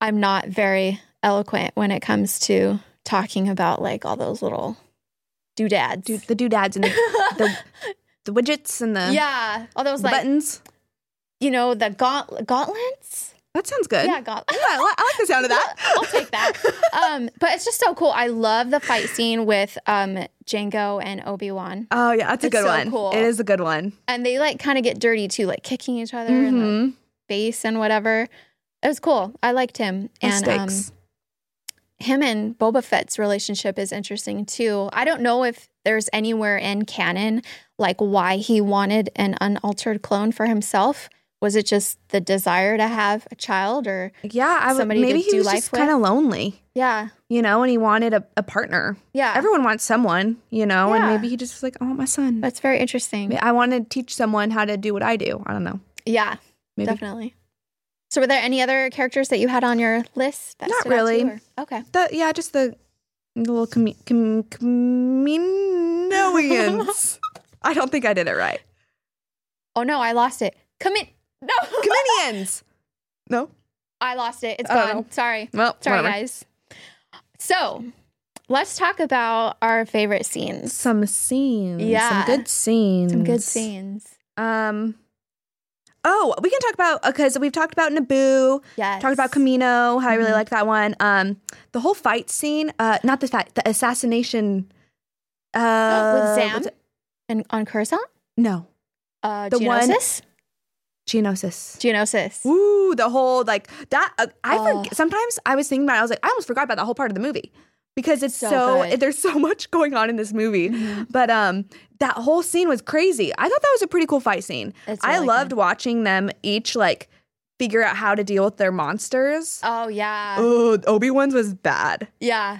[SPEAKER 1] I'm not very eloquent when it comes to talking about like all those little doodads.
[SPEAKER 2] Dude, the doodads and the, the,
[SPEAKER 1] [LAUGHS]
[SPEAKER 2] the widgets and the,
[SPEAKER 1] yeah, all those
[SPEAKER 2] the
[SPEAKER 1] like
[SPEAKER 2] buttons.
[SPEAKER 1] you know the gaunt- gauntlets.
[SPEAKER 2] That sounds good.
[SPEAKER 1] Yeah, gauntlets.
[SPEAKER 2] Yeah, I, li- I like the sound of that.
[SPEAKER 1] [LAUGHS] I'll take that. um, but it's just so cool. I love the fight scene with um, Django and Obi Wan,
[SPEAKER 2] [LAUGHS] Oh yeah, that's a
[SPEAKER 1] It's
[SPEAKER 2] good
[SPEAKER 1] so
[SPEAKER 2] one.
[SPEAKER 1] cool.
[SPEAKER 2] It is a good one.
[SPEAKER 1] and they like kind of get dirty too, like kicking each other in the
[SPEAKER 2] Mhm.
[SPEAKER 1] face and whatever. It was cool. I liked him, and um,
[SPEAKER 2] Mistakes.
[SPEAKER 1] him and Boba Fett's relationship is interesting too. I don't know if there's anywhere in canon like why he wanted an unaltered clone for himself. Was it just the desire to have a child, or
[SPEAKER 2] yeah, I would,
[SPEAKER 1] somebody to
[SPEAKER 2] maybe he
[SPEAKER 1] do
[SPEAKER 2] was
[SPEAKER 1] life
[SPEAKER 2] just
[SPEAKER 1] with.
[SPEAKER 2] kind of lonely,
[SPEAKER 1] yeah,
[SPEAKER 2] you know, and he wanted a, a partner.
[SPEAKER 1] yeah,
[SPEAKER 2] Everyone wants someone, you know, and
[SPEAKER 1] Yeah.
[SPEAKER 2] maybe he just was like, I want my son.
[SPEAKER 1] that's very interesting.
[SPEAKER 2] I want to teach someone how to do what I do. I don't know.
[SPEAKER 1] yeah.
[SPEAKER 2] Maybe.
[SPEAKER 1] Definitely. So, were there any other characters that you had on your list? That
[SPEAKER 2] Not
[SPEAKER 1] stood out to
[SPEAKER 2] really.
[SPEAKER 1] you, or- okay.
[SPEAKER 2] The, yeah, just the little com- com-
[SPEAKER 1] [LAUGHS]
[SPEAKER 2] Kaminoans. I don't think I did it right.
[SPEAKER 1] Oh no, I lost it. Come in. No, [LAUGHS]
[SPEAKER 2] Comedians. No.
[SPEAKER 1] I lost it. It's
[SPEAKER 2] I don't
[SPEAKER 1] gone. Sorry.
[SPEAKER 2] Well,
[SPEAKER 1] Sorry,
[SPEAKER 2] whatever.
[SPEAKER 1] guys. So, let's talk about our favorite scenes.
[SPEAKER 2] Some scenes.
[SPEAKER 1] Yeah.
[SPEAKER 2] Some good scenes.
[SPEAKER 1] Some good scenes.
[SPEAKER 2] Um. Oh, we can talk about because we've talked about Naboo,
[SPEAKER 1] Yes.
[SPEAKER 2] talked about Camino, how I really
[SPEAKER 1] Mhm.
[SPEAKER 2] like that one. Um, the whole fight scene, uh, not the fight, the assassination. Uh,
[SPEAKER 1] Oh, with Sam
[SPEAKER 2] what's it-
[SPEAKER 1] and on Coruscant.
[SPEAKER 2] No,
[SPEAKER 1] Uh,
[SPEAKER 2] The one-
[SPEAKER 1] Geonosis.
[SPEAKER 2] Geonosis.
[SPEAKER 1] Geonosis.
[SPEAKER 2] Ooh, the whole like that. Uh, I
[SPEAKER 1] Oh.
[SPEAKER 2] forg- sometimes I was thinking about. it, I was like, I almost forgot about that whole part of the movie because it's
[SPEAKER 1] So
[SPEAKER 2] so
[SPEAKER 1] good.
[SPEAKER 2] there's so [LAUGHS] much going on in this movie.
[SPEAKER 1] Mhm.
[SPEAKER 2] But um, that whole scene was crazy. I thought that was a pretty cool fight scene.
[SPEAKER 1] It's
[SPEAKER 2] I
[SPEAKER 1] really
[SPEAKER 2] loved
[SPEAKER 1] good.
[SPEAKER 2] watching them each like figure out how to deal with their monsters.
[SPEAKER 1] Oh yeah,
[SPEAKER 2] Oh, Obi Wan's was bad.
[SPEAKER 1] yeah.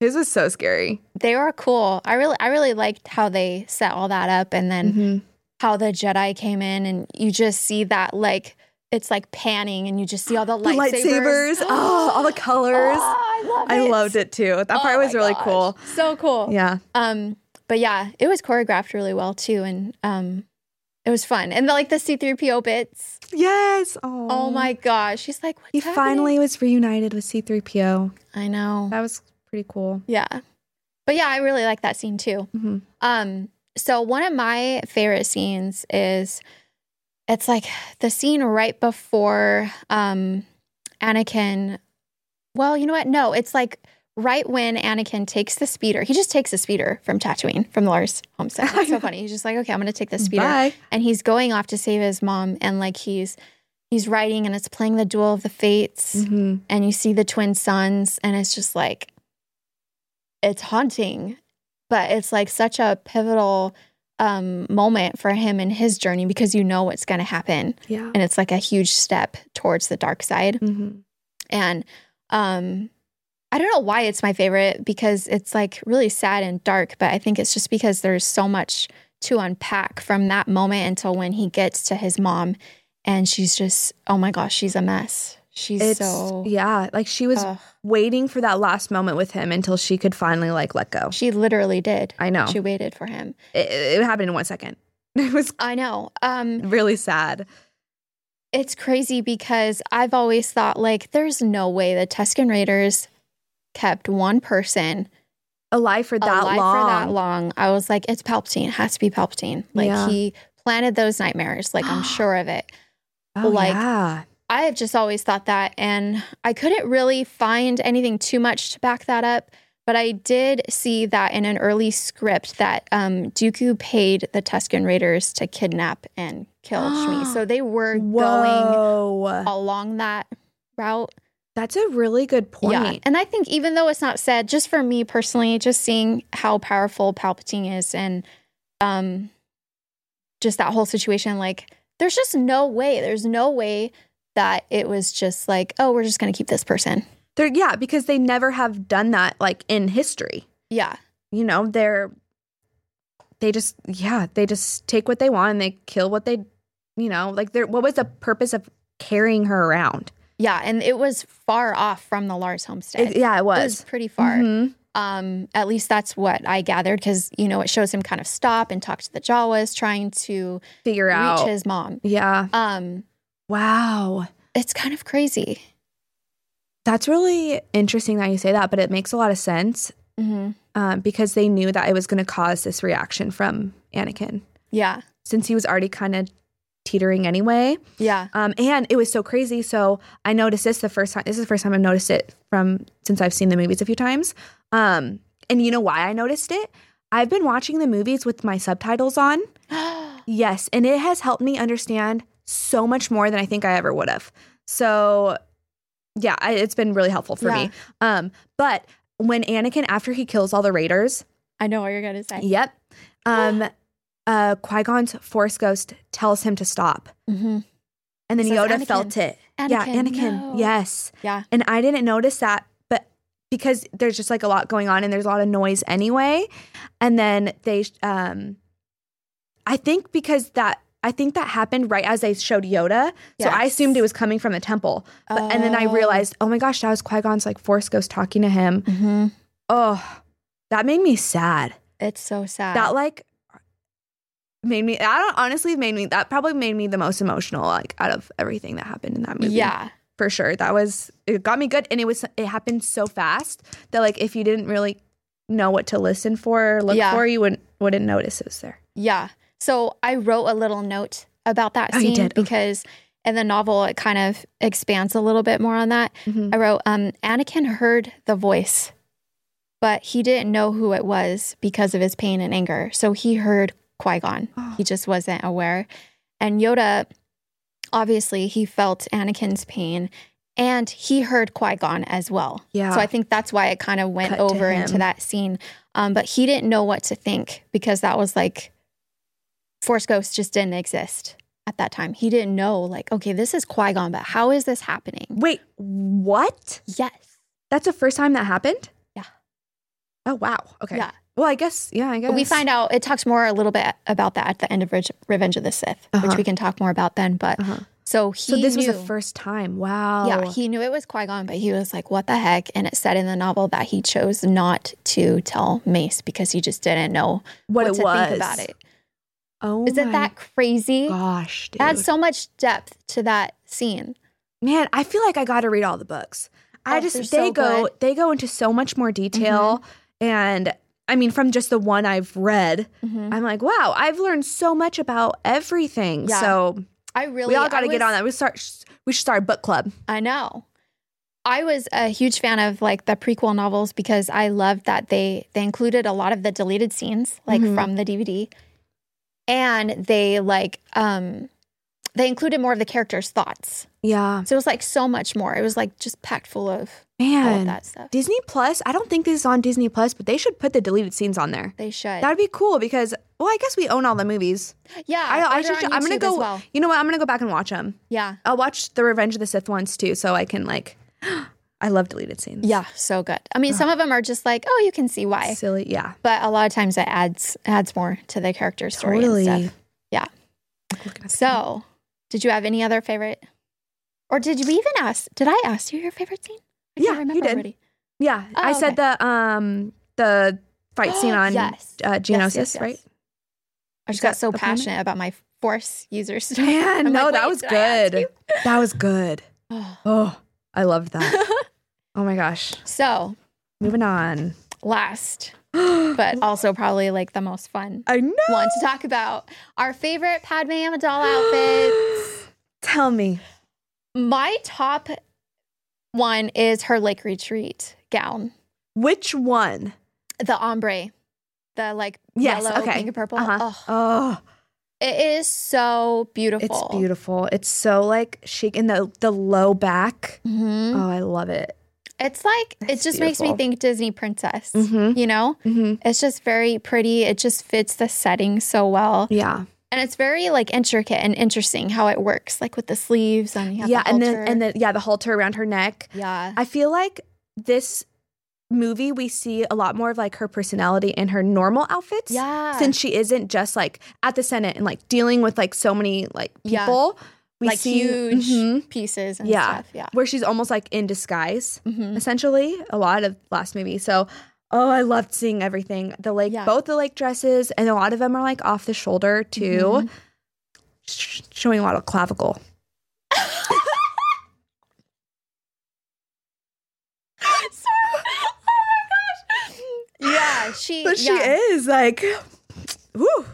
[SPEAKER 2] His was so scary.
[SPEAKER 1] They were cool. I really, I really liked how they set all that up, and
[SPEAKER 2] Mm-hmm.
[SPEAKER 1] then how the Jedi came in, and you just see that like it's like panning, and you just see all the
[SPEAKER 2] [GASPS] The
[SPEAKER 1] lightsabers. [GASPS]
[SPEAKER 2] lightsabers, oh, all the colors.
[SPEAKER 1] Oh, I love
[SPEAKER 2] I
[SPEAKER 1] it.
[SPEAKER 2] loved it too. That part
[SPEAKER 1] Oh
[SPEAKER 2] was
[SPEAKER 1] my
[SPEAKER 2] really
[SPEAKER 1] gosh.
[SPEAKER 2] cool.
[SPEAKER 1] So cool.
[SPEAKER 2] Yeah,
[SPEAKER 1] Um, but yeah, it was choreographed really well too, and um, it was fun. And the, like the C three PO bits.
[SPEAKER 2] yes.
[SPEAKER 1] Oh my gosh, she's like, What's
[SPEAKER 2] Oh. He
[SPEAKER 1] happening?"
[SPEAKER 2] finally was reunited with C three PO.
[SPEAKER 1] I know.
[SPEAKER 2] That was pretty cool.
[SPEAKER 1] Yeah. But yeah, I really like that scene too.
[SPEAKER 2] Mhm.
[SPEAKER 1] Um, so one of my favorite scenes is it's like the scene right before um Anakin. Well, you know what? No, it's like right when Anakin takes the speeder. He just takes the speeder from Tatooine, from Lars homestead. It's so funny. He's just like, okay, I'm gonna take the speeder
[SPEAKER 2] Bye.
[SPEAKER 1] and he's going off to save his mom and like he's he's riding and it's playing the duel of the fates
[SPEAKER 2] Mhm.
[SPEAKER 1] and you see the twin sons and it's just like it's haunting but it's like such a pivotal um moment for him in his journey because you know what's going to happen
[SPEAKER 2] Yeah.
[SPEAKER 1] and it's like a huge step towards the dark side
[SPEAKER 2] Mhm.
[SPEAKER 1] and um I don't know why it's my favorite because it's like really sad and dark, but I think it's just because there's so much to unpack from that moment until when he gets to his mom and she's just oh my gosh, she's a mess. She's
[SPEAKER 2] It's
[SPEAKER 1] so
[SPEAKER 2] yeah, like she was
[SPEAKER 1] ugh.
[SPEAKER 2] waiting for that last moment with him until she could finally like let go.
[SPEAKER 1] she literally did.
[SPEAKER 2] I know.
[SPEAKER 1] She waited for him.
[SPEAKER 2] it, it happened in one second. [LAUGHS] It was
[SPEAKER 1] I know. Um
[SPEAKER 2] really sad.
[SPEAKER 1] it's crazy because I've always thought like there's no way the Tuscan Raiders kept one person
[SPEAKER 2] Alive for that
[SPEAKER 1] alive
[SPEAKER 2] long.
[SPEAKER 1] for that long. I was like, it's Palpatine. It has to be Palpatine. Like
[SPEAKER 2] Yeah.
[SPEAKER 1] he planted those nightmares. Like
[SPEAKER 2] [GASPS]
[SPEAKER 1] I'm sure of it.
[SPEAKER 2] Oh,
[SPEAKER 1] like-
[SPEAKER 2] yeah.
[SPEAKER 1] I have just always thought that, and I couldn't really find anything too much to back that up. But I did see that in an early script that um, Dooku paid the Tusken Raiders to kidnap and kill Shmi. So they were going
[SPEAKER 2] Whoa.
[SPEAKER 1] along that route.
[SPEAKER 2] That's a really good point.
[SPEAKER 1] And I think even though it's not said, just for me personally, just seeing how powerful Palpatine is and um just that whole situation, like there's just no way, there's no way that it was just like, oh, we're just gonna keep this person.
[SPEAKER 2] They're, yeah, because they never have done that like in history.
[SPEAKER 1] Yeah.
[SPEAKER 2] You know, they're they just yeah, they just take what they want and they kill what they you know, like they what was the purpose of carrying her around?
[SPEAKER 1] Yeah. And it was far off from the Lars homestead.
[SPEAKER 2] It- yeah, it
[SPEAKER 1] It
[SPEAKER 2] was.
[SPEAKER 1] was pretty far.
[SPEAKER 2] Mhm.
[SPEAKER 1] Um, at least that's what I gathered because you know it shows him kind of stop and talk to the Jawas, trying to
[SPEAKER 2] Figure out.
[SPEAKER 1] reach his mom.
[SPEAKER 2] yeah.
[SPEAKER 1] Um,
[SPEAKER 2] Wow.
[SPEAKER 1] it's kind of crazy.
[SPEAKER 2] That's really interesting that you say that, but it makes a lot of sense
[SPEAKER 1] hmm
[SPEAKER 2] um, because they knew that it was going to cause this reaction from Anakin
[SPEAKER 1] Yeah,
[SPEAKER 2] since he was already kind of teetering anyway.
[SPEAKER 1] [GASPS] yeah.
[SPEAKER 2] Um, and it was so crazy. So I noticed this the first time. This is the first time I've noticed it from since I've seen the movies a few times. Um, and you know why I noticed it? I've been watching the movies with my subtitles on. Yes, and it has helped me understand so much more than I think I ever would have. So, yeah, I, it's been really helpful for
[SPEAKER 1] Yeah.
[SPEAKER 2] me. Um, but when Anakin, after he kills all the raiders,
[SPEAKER 1] I know what you're gonna say.
[SPEAKER 2] yep,
[SPEAKER 1] [GASPS]
[SPEAKER 2] um, uh, Qui Gon's Force Ghost tells him to stop,
[SPEAKER 1] Mm-hmm.
[SPEAKER 2] and then
[SPEAKER 1] Says
[SPEAKER 2] Yoda
[SPEAKER 1] Anakin.
[SPEAKER 2] felt it. yeah, Anakin. Yes,
[SPEAKER 1] Yeah.
[SPEAKER 2] and I didn't notice that, but because there's just like a lot going on and there's a lot of noise anyway, and then they, um, I think because that I think that happened right as they showed Yoda, so I
[SPEAKER 1] Yes.
[SPEAKER 2] assumed it was coming from the temple, but, and then I
[SPEAKER 1] Oh.
[SPEAKER 2] realized, oh my gosh, that was Qui Gon's like Force Ghost talking to him.
[SPEAKER 1] Mm-hmm.
[SPEAKER 2] Oh, that made me sad.
[SPEAKER 1] It's so sad.
[SPEAKER 2] That like made me. I don't honestly made me. That probably made me the most emotional like out of everything that happened in that movie
[SPEAKER 1] yeah.
[SPEAKER 2] for sure. That was it got me good and it was it happened so fast that like if you didn't really know what to listen for or look
[SPEAKER 1] Yeah.
[SPEAKER 2] for, you wouldn't wouldn't notice it was there.
[SPEAKER 1] Yeah. So I wrote a little note about that
[SPEAKER 2] Oh, you
[SPEAKER 1] scene
[SPEAKER 2] did? Ooh.
[SPEAKER 1] because in the novel it kind of expands a little bit more on that. I wrote, um, Anakin heard the voice, but he didn't know who it was because of his pain and anger. So he heard Qui Gon.
[SPEAKER 2] Oh.
[SPEAKER 1] He just wasn't aware. And Yoda, obviously, he felt Anakin's pain and he heard Qui Gon as well.
[SPEAKER 2] Yeah.
[SPEAKER 1] So I think that's why it kind of went
[SPEAKER 2] Cut to
[SPEAKER 1] over
[SPEAKER 2] him.
[SPEAKER 1] into that scene. Um, but he didn't know what to think because that was like Force Ghost just didn't exist at that time. He didn't know, like, okay, this is Qui Gon, but how is this happening?
[SPEAKER 2] Wait, what?
[SPEAKER 1] Yes.
[SPEAKER 2] That's the first time that happened?
[SPEAKER 1] Yeah.
[SPEAKER 2] Oh wow. Okay.
[SPEAKER 1] Yeah.
[SPEAKER 2] Well, I guess yeah, I guess.
[SPEAKER 1] We find out, it talks more a little bit about that at the end of Reg- Revenge of the Sith,
[SPEAKER 2] Uh-huh.
[SPEAKER 1] which we can talk more about then. But
[SPEAKER 2] Uh-huh.
[SPEAKER 1] so he.
[SPEAKER 2] So this was the
[SPEAKER 1] knew-
[SPEAKER 2] first time. Wow.
[SPEAKER 1] Yeah, he knew it was Qui Gon, but he was like, what the heck? And it said in the novel that he chose not to tell Mace because he just didn't know
[SPEAKER 2] what, it
[SPEAKER 1] to
[SPEAKER 2] was.
[SPEAKER 1] think about it.
[SPEAKER 2] Oh
[SPEAKER 1] Isn't
[SPEAKER 2] my
[SPEAKER 1] that crazy?
[SPEAKER 2] gosh, dude.
[SPEAKER 1] Adds so much depth to that scene.
[SPEAKER 2] Man, I feel like I got to read all the books. I
[SPEAKER 1] Oh,
[SPEAKER 2] just
[SPEAKER 1] they're
[SPEAKER 2] they
[SPEAKER 1] so
[SPEAKER 2] go
[SPEAKER 1] good. Mm-hmm.
[SPEAKER 2] they go into so much more detail and I mean from just the one I've read,
[SPEAKER 1] Mm-hmm.
[SPEAKER 2] I'm like, wow, I've learned so much about everything.
[SPEAKER 1] Yeah.
[SPEAKER 2] So
[SPEAKER 1] I really
[SPEAKER 2] we all
[SPEAKER 1] I
[SPEAKER 2] got to get
[SPEAKER 1] was-
[SPEAKER 2] on that. We start we should start a book club.
[SPEAKER 1] I know. I was a huge fan of like the prequel novels because I loved that they they included a lot of the deleted scenes like
[SPEAKER 2] Mhm.
[SPEAKER 1] from the DVD. And they like um they included more of the characters' thoughts.
[SPEAKER 2] Yeah.
[SPEAKER 1] So it was like so much more. It was like just packed full of all of
[SPEAKER 2] Man.
[SPEAKER 1] that stuff.
[SPEAKER 2] Disney Plus, I don't think this is on Disney Plus, but they should put the deleted scenes on there.
[SPEAKER 1] They should.
[SPEAKER 2] That'd be cool because well, I guess we own all the movies.
[SPEAKER 1] yeah.
[SPEAKER 2] I, I
[SPEAKER 1] or they're
[SPEAKER 2] should.
[SPEAKER 1] on
[SPEAKER 2] I'm gonna
[SPEAKER 1] YouTube as
[SPEAKER 2] go.
[SPEAKER 1] well.
[SPEAKER 2] You know what? I'm gonna go back and watch them.
[SPEAKER 1] Yeah.
[SPEAKER 2] I'll watch the Revenge of the Sith ones too, so I can like. [GASPS] I love deleted scenes.
[SPEAKER 1] Yeah. So good. I mean, some of them are just like, oh, you can see why.
[SPEAKER 2] Silly. Yeah.
[SPEAKER 1] But a lot of times it adds adds more to the character story and
[SPEAKER 2] Totally.
[SPEAKER 1] stuff. Yeah.
[SPEAKER 2] Looking at the camera.
[SPEAKER 1] So, did you have any other favorite? Or did we even ask? Did I ask you your favorite scene? I
[SPEAKER 2] Yeah, you did. yeah, I
[SPEAKER 1] Oh,
[SPEAKER 2] said the um the fight
[SPEAKER 1] [GASPS]
[SPEAKER 2] scene on
[SPEAKER 1] Yes.
[SPEAKER 2] uh, Geonosis,
[SPEAKER 1] Yes, yes, yes.
[SPEAKER 2] right?
[SPEAKER 1] I
[SPEAKER 2] Is
[SPEAKER 1] just
[SPEAKER 2] that
[SPEAKER 1] got so
[SPEAKER 2] the planet?
[SPEAKER 1] passionate about my force user [LAUGHS] stuff. [LAUGHS]
[SPEAKER 2] Man,
[SPEAKER 1] I'm
[SPEAKER 2] no,
[SPEAKER 1] like,
[SPEAKER 2] that
[SPEAKER 1] wait,
[SPEAKER 2] was
[SPEAKER 1] did I ask
[SPEAKER 2] good. [LAUGHS] That
[SPEAKER 1] [SIGHS]
[SPEAKER 2] was good.
[SPEAKER 1] you?
[SPEAKER 2] Oh, I loved that.
[SPEAKER 1] [LAUGHS]
[SPEAKER 2] oh my gosh.
[SPEAKER 1] so, [GASPS]
[SPEAKER 2] Moving on.
[SPEAKER 1] last,
[SPEAKER 2] I [GASPS]
[SPEAKER 1] but also probably like the most fun
[SPEAKER 2] know.
[SPEAKER 1] one to talk about our favorite Padme Amidala
[SPEAKER 2] [GASPS]
[SPEAKER 1] outfits.
[SPEAKER 2] Tell me.
[SPEAKER 1] My top one is her lake retreat gown,
[SPEAKER 2] Which one?
[SPEAKER 1] the ombre, the like
[SPEAKER 2] Yes,
[SPEAKER 1] yellow,
[SPEAKER 2] okay.
[SPEAKER 1] pink, and purple.
[SPEAKER 2] Uh-huh.
[SPEAKER 1] Oh,
[SPEAKER 2] Oh,
[SPEAKER 1] It is so beautiful.
[SPEAKER 2] it's beautiful. It's so like chic and the the low back.
[SPEAKER 1] Mhm.
[SPEAKER 2] Oh, I love it.
[SPEAKER 1] It's like it
[SPEAKER 2] It's
[SPEAKER 1] just makes
[SPEAKER 2] beautiful.
[SPEAKER 1] me think Disney princess.
[SPEAKER 2] Mhm.
[SPEAKER 1] You know,
[SPEAKER 2] Mm-hmm.
[SPEAKER 1] it's just very pretty. It just fits the setting so well,
[SPEAKER 2] Yeah,
[SPEAKER 1] and it's very like intricate and interesting how it works, like with the sleeves and you have
[SPEAKER 2] yeah,
[SPEAKER 1] the
[SPEAKER 2] and then
[SPEAKER 1] halter.
[SPEAKER 2] and then yeah, the halter around her neck.
[SPEAKER 1] yeah,
[SPEAKER 2] I feel like this movie we see a lot more of like her personality in her normal outfits.
[SPEAKER 1] yeah,
[SPEAKER 2] Since she isn't just like at the Senate and like dealing with like so many like
[SPEAKER 1] Yeah.
[SPEAKER 2] people, we
[SPEAKER 1] like
[SPEAKER 2] see
[SPEAKER 1] huge
[SPEAKER 2] Mhm.
[SPEAKER 1] pieces and
[SPEAKER 2] Yeah.
[SPEAKER 1] stuff. Yeah,
[SPEAKER 2] where she's almost like in disguise, [LAUGHS]
[SPEAKER 1] Mhm.
[SPEAKER 2] essentially. A lot of last movie, so oh, I loved seeing everything. The lake,
[SPEAKER 1] Yeah.
[SPEAKER 2] both the lake dresses, and a lot of them are like off the shoulder
[SPEAKER 1] Mhm.
[SPEAKER 2] too, Sh- showing a lot of clavicle.
[SPEAKER 1] [LAUGHS] Sorry. Oh my gosh. Yeah, she.
[SPEAKER 2] But she
[SPEAKER 1] yeah.
[SPEAKER 2] is like, whew.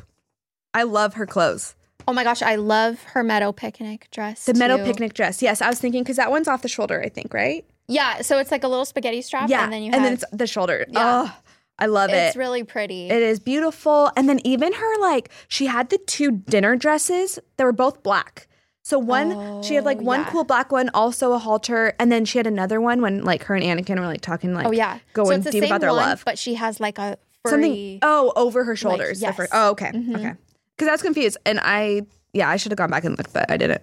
[SPEAKER 2] I love her clothes.
[SPEAKER 1] Oh my gosh, I love her meadow picnic dress.
[SPEAKER 2] The metal
[SPEAKER 1] too.
[SPEAKER 2] picnic dress. Yes, I was thinking because that one's off the shoulder, I think, right?
[SPEAKER 1] Yeah, so it's like a little spaghetti strap,
[SPEAKER 2] yeah,
[SPEAKER 1] and then you have
[SPEAKER 2] it's the shoulder.
[SPEAKER 1] Yeah.
[SPEAKER 2] Oh, I love
[SPEAKER 1] it's
[SPEAKER 2] it.
[SPEAKER 1] really pretty.
[SPEAKER 2] it is beautiful. And then even her like she had the two dinner dresses that were both black. So one she had like
[SPEAKER 1] Oh,
[SPEAKER 2] one
[SPEAKER 1] yeah.
[SPEAKER 2] cool black one, also a halter, and then she had another one when like her and Anakin were like talking like
[SPEAKER 1] oh yeah, so
[SPEAKER 2] going
[SPEAKER 1] it's the
[SPEAKER 2] deep
[SPEAKER 1] same
[SPEAKER 2] about their
[SPEAKER 1] one,
[SPEAKER 2] love.
[SPEAKER 1] but she has like a furry.
[SPEAKER 2] Something oh over her shoulders. the
[SPEAKER 1] yes.
[SPEAKER 2] fir- oh okay
[SPEAKER 1] Mhm.
[SPEAKER 2] okay because I was confused and I yeah I should have gone back and looked but I didn't.